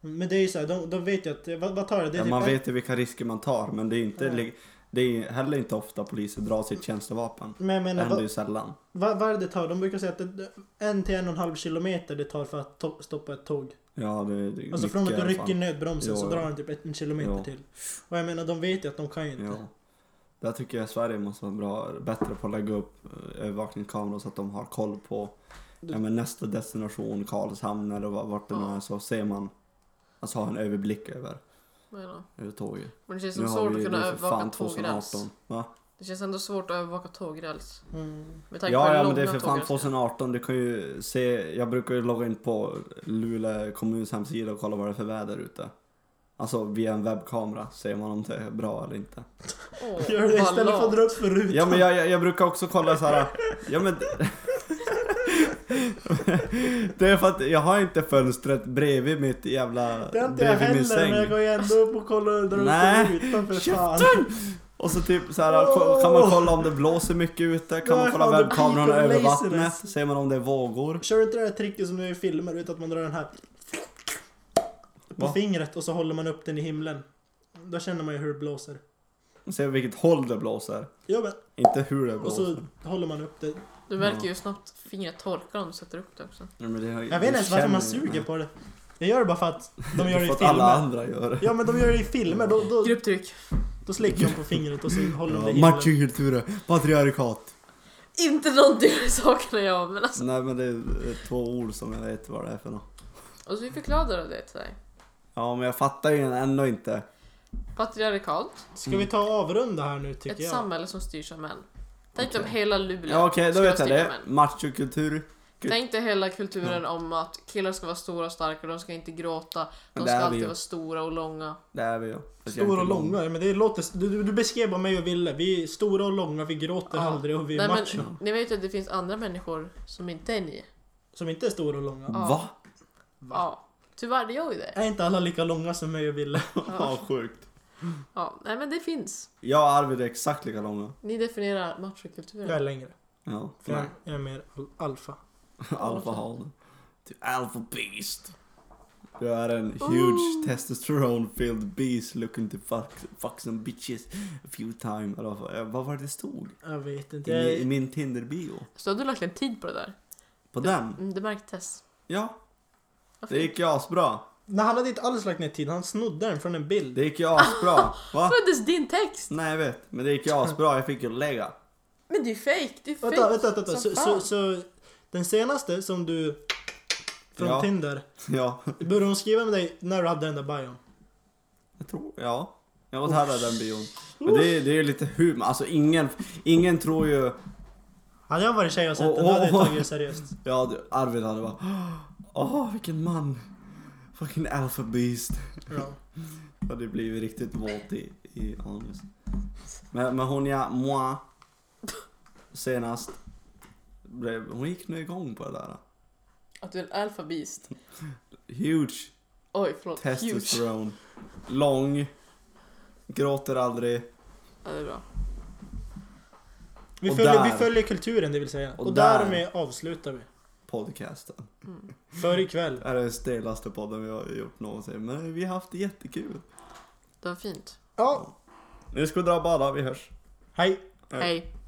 Speaker 3: Men det är ju såhär, de, de vet ju att, vad, vad tar det? det är
Speaker 2: Ja,
Speaker 3: typ
Speaker 2: man
Speaker 3: en-
Speaker 2: vet ju vilka risker man tar men det är inte
Speaker 3: Ja.
Speaker 2: li- det är heller inte ofta poliser drar sitt tjänstevapen.
Speaker 3: Men jag
Speaker 2: Det
Speaker 3: menar,
Speaker 2: händer ju
Speaker 3: vad,
Speaker 2: sällan.
Speaker 3: vad, vad är det det tar? De brukar säga att det, en till en och en halv kilometer det tar för att to- stoppa ett tåg.
Speaker 2: Ja, det är det är
Speaker 3: Alltså från att
Speaker 2: mycket i
Speaker 3: du
Speaker 2: alla
Speaker 3: rycker
Speaker 2: fall.
Speaker 3: nödbromsen
Speaker 2: Ja,
Speaker 3: så
Speaker 2: ja.
Speaker 3: drar den typ ett- en kilometer
Speaker 2: Ja.
Speaker 3: till. Och jag menar, de vet ju att de kan ju inte.
Speaker 2: Ja. Där tycker jag Sverige måste vara bra, bättre på att lägga upp eh, övervakningskameror så att de har koll på ja, men nästa destination, Karlshamn eller va- vart det nu är så ser man, alltså har en överblick över,
Speaker 1: Vad menar du?
Speaker 2: över tåget.
Speaker 1: Men det känns
Speaker 2: Nu
Speaker 1: ändå
Speaker 2: har
Speaker 1: svårt
Speaker 2: vi
Speaker 1: att
Speaker 2: ju
Speaker 1: kunna
Speaker 2: för
Speaker 1: övervaka
Speaker 2: fan
Speaker 1: tågräls.
Speaker 2: 2018. Va?
Speaker 1: Det känns ändå svårt att övervaka tågräls.
Speaker 3: Mm.
Speaker 1: Med tanke på
Speaker 2: Ja,
Speaker 1: hur
Speaker 2: ja men
Speaker 1: långa
Speaker 2: det är för fan
Speaker 1: tågräls-
Speaker 2: 2018. Du kan ju se, jag brukar ju logga in på Luleå kommuns hemsida och kolla vad det är för väder ute. Alltså via en webbkamera ser man om det är bra eller inte.
Speaker 1: Åh,
Speaker 3: Gör det
Speaker 1: vad
Speaker 3: istället för att
Speaker 1: lat.
Speaker 3: dra upp för rutan.
Speaker 2: Ja men jag, jag, jag brukar också kolla så här. ja men... [LAUGHS] Det är för att jag har inte fönstret bredvid mitt jävla...
Speaker 3: det har inte jag
Speaker 2: bredvid min
Speaker 3: heller,
Speaker 2: säng.
Speaker 3: men jag går ju ändå upp och kollar och drar upp
Speaker 2: Nej.
Speaker 3: för rutan för fan.
Speaker 2: Käften! Och så typ så här, ko- kan man kolla om det blåser mycket ute? Kan man
Speaker 3: Där
Speaker 2: kolla
Speaker 3: fan, det
Speaker 2: webbkamerorna
Speaker 3: piper
Speaker 2: över
Speaker 3: lasernäs.
Speaker 2: vattnet? Ser man om det är vågor?
Speaker 3: Kör inte det här tricket som nu i filmer utan att man drar den här på
Speaker 2: Va?
Speaker 3: fingret och så håller man upp den i himlen. Då känner man ju hur det blåser.
Speaker 2: Ser vilket håll det blåser?
Speaker 3: Ja, men.
Speaker 2: Inte hur det
Speaker 3: Och
Speaker 2: blåser.
Speaker 3: så håller man upp det.
Speaker 1: Du märker ju snabbt fingret torkar om du sätter upp det också.
Speaker 2: Ja, men det har-
Speaker 3: Jag vet inte ens varför
Speaker 2: känner
Speaker 3: man
Speaker 2: ju-
Speaker 3: suger på det. Jag gör det bara för att de
Speaker 2: Det
Speaker 3: gör
Speaker 2: är
Speaker 3: det i
Speaker 2: för att
Speaker 3: filmer.
Speaker 2: alla andra gör det.
Speaker 3: Ja men de gör det i filmer. Då, då,
Speaker 1: Grupptryck.
Speaker 3: då slickar de på fingret och så håller de det i
Speaker 2: Ja,
Speaker 3: himlen.
Speaker 2: Machokultur, patriarkat.
Speaker 1: Inte någonting med sakerna jag men alltså.
Speaker 2: Nej men det är eh, två ord som jag vet vad det är för något.
Speaker 1: Och så vi förklarade det till dig.
Speaker 2: Ja men jag fattar ju ändå inte.
Speaker 1: Patriarkalt,
Speaker 3: Ska vi ta och avrunda här nu tycker
Speaker 1: ett
Speaker 3: jag?
Speaker 1: samhälle som styrs av män. Tänk om
Speaker 2: Okej.
Speaker 1: hela Luleå
Speaker 2: Ja okej, då
Speaker 1: skulle
Speaker 2: vet jag
Speaker 1: styra
Speaker 2: det.
Speaker 1: män.
Speaker 2: Machokultur. Gud.
Speaker 1: Tänk dig hela kulturen om att killar ska vara stora och starka, de ska inte gråta,
Speaker 2: Men
Speaker 1: de ska
Speaker 2: det är vi
Speaker 1: alltid
Speaker 2: ju.
Speaker 1: vara stora och långa.
Speaker 2: Det är vi ju. Fast jag är
Speaker 3: Stora och
Speaker 2: inte lång.
Speaker 3: långa, ja, men det låter... Du, du- du beskrev bara mig och Ville. Vi är stora och långa, vi gråter
Speaker 1: Ja.
Speaker 3: aldrig och vi
Speaker 1: Nej,
Speaker 3: är macho.
Speaker 1: men, ni vet ju att det finns andra människor som inte är ni.
Speaker 3: Som inte är stora och långa.
Speaker 1: Ja.
Speaker 2: Va?
Speaker 1: Ja. Tyvärr, det gör ju det.
Speaker 3: Är inte alla lika långa som mig och Ville?
Speaker 1: Mm.
Speaker 2: Ja, sjukt.
Speaker 1: Ja. Nej men det finns.
Speaker 2: Jag och Arvid är exakt lika långa.
Speaker 1: Ni definierar
Speaker 3: Jag är
Speaker 1: machokulturen.
Speaker 3: längre.
Speaker 2: Ja, för
Speaker 3: Jag,
Speaker 2: mig.
Speaker 3: jag är mer al- alfa.
Speaker 2: Alfahanen. Du Typ alpha beast. Du är en huge testosterone filled beast looking to fuck, fuck some bitches a few times. Eller vad, eh, vad var det det stod?
Speaker 3: Jag vet inte.
Speaker 2: I,
Speaker 3: Jag,
Speaker 2: min- I
Speaker 3: är-
Speaker 2: min Tinder-bio.
Speaker 1: Så har du lagt en tid på det där?
Speaker 2: På den?
Speaker 1: Mm, det märktes.
Speaker 2: Ja.
Speaker 1: Vad
Speaker 2: Det gick ju asbra.
Speaker 3: Nej, han hade inte alls lagt ner tid. Han snodde den från en bild.
Speaker 2: Det gick ju asbra.
Speaker 3: Ah.
Speaker 2: Va?
Speaker 1: Föddes din text?
Speaker 2: Nej jag vet. Men det gick ju asbra. Jag fick ju lägga. [LAUGHS]
Speaker 1: Men det är ju fejk, det är fejk.
Speaker 3: Vänta, vänta, vänta. vänta.
Speaker 1: som
Speaker 3: Så, så,
Speaker 1: fan.
Speaker 3: så den senaste som du... Från
Speaker 2: Ja.
Speaker 3: Tinder.
Speaker 2: Ja.
Speaker 3: Började hon skriva med dig när du hade den där bion?
Speaker 2: Jag tror, ja. Jag var här av den bion. Men det är, det är lite humor. Alltså ingen, ingen tror ju...
Speaker 3: Hade jag varit tjej och sett
Speaker 2: Åh,
Speaker 3: den hade jag
Speaker 2: åh, åh.
Speaker 3: tagit
Speaker 2: [LAUGHS]
Speaker 3: det seriöst.
Speaker 2: Ja, du, Arvid hade bara... Åh, vilken man! Fucking alpha beast.
Speaker 3: Ja.
Speaker 2: Det hade blivit riktigt våt i, i anus. Men, men hon ja, moi, senast. Blev, hon gick nu igång på det där.
Speaker 1: Att du är en alfabist.
Speaker 2: Huge
Speaker 1: Oj, förlåt. Huge.
Speaker 2: testosterone. Lång. Gråter aldrig.
Speaker 1: Ja, det är bra.
Speaker 3: Vi,
Speaker 2: Och
Speaker 3: följer, vi
Speaker 2: där.
Speaker 3: följer kulturen det vill säga. Och,
Speaker 2: Och
Speaker 3: därmed avslutar vi.
Speaker 2: Podcasten.
Speaker 3: För ikväll.
Speaker 2: Det här är den stelaste podden vi har gjort någonsin. Men vi har haft det jättekul.
Speaker 1: Det var fint.
Speaker 3: Ja.
Speaker 2: Nu ska vi dra alla, vi hörs.
Speaker 3: Hej.
Speaker 2: Nej.
Speaker 1: Hej.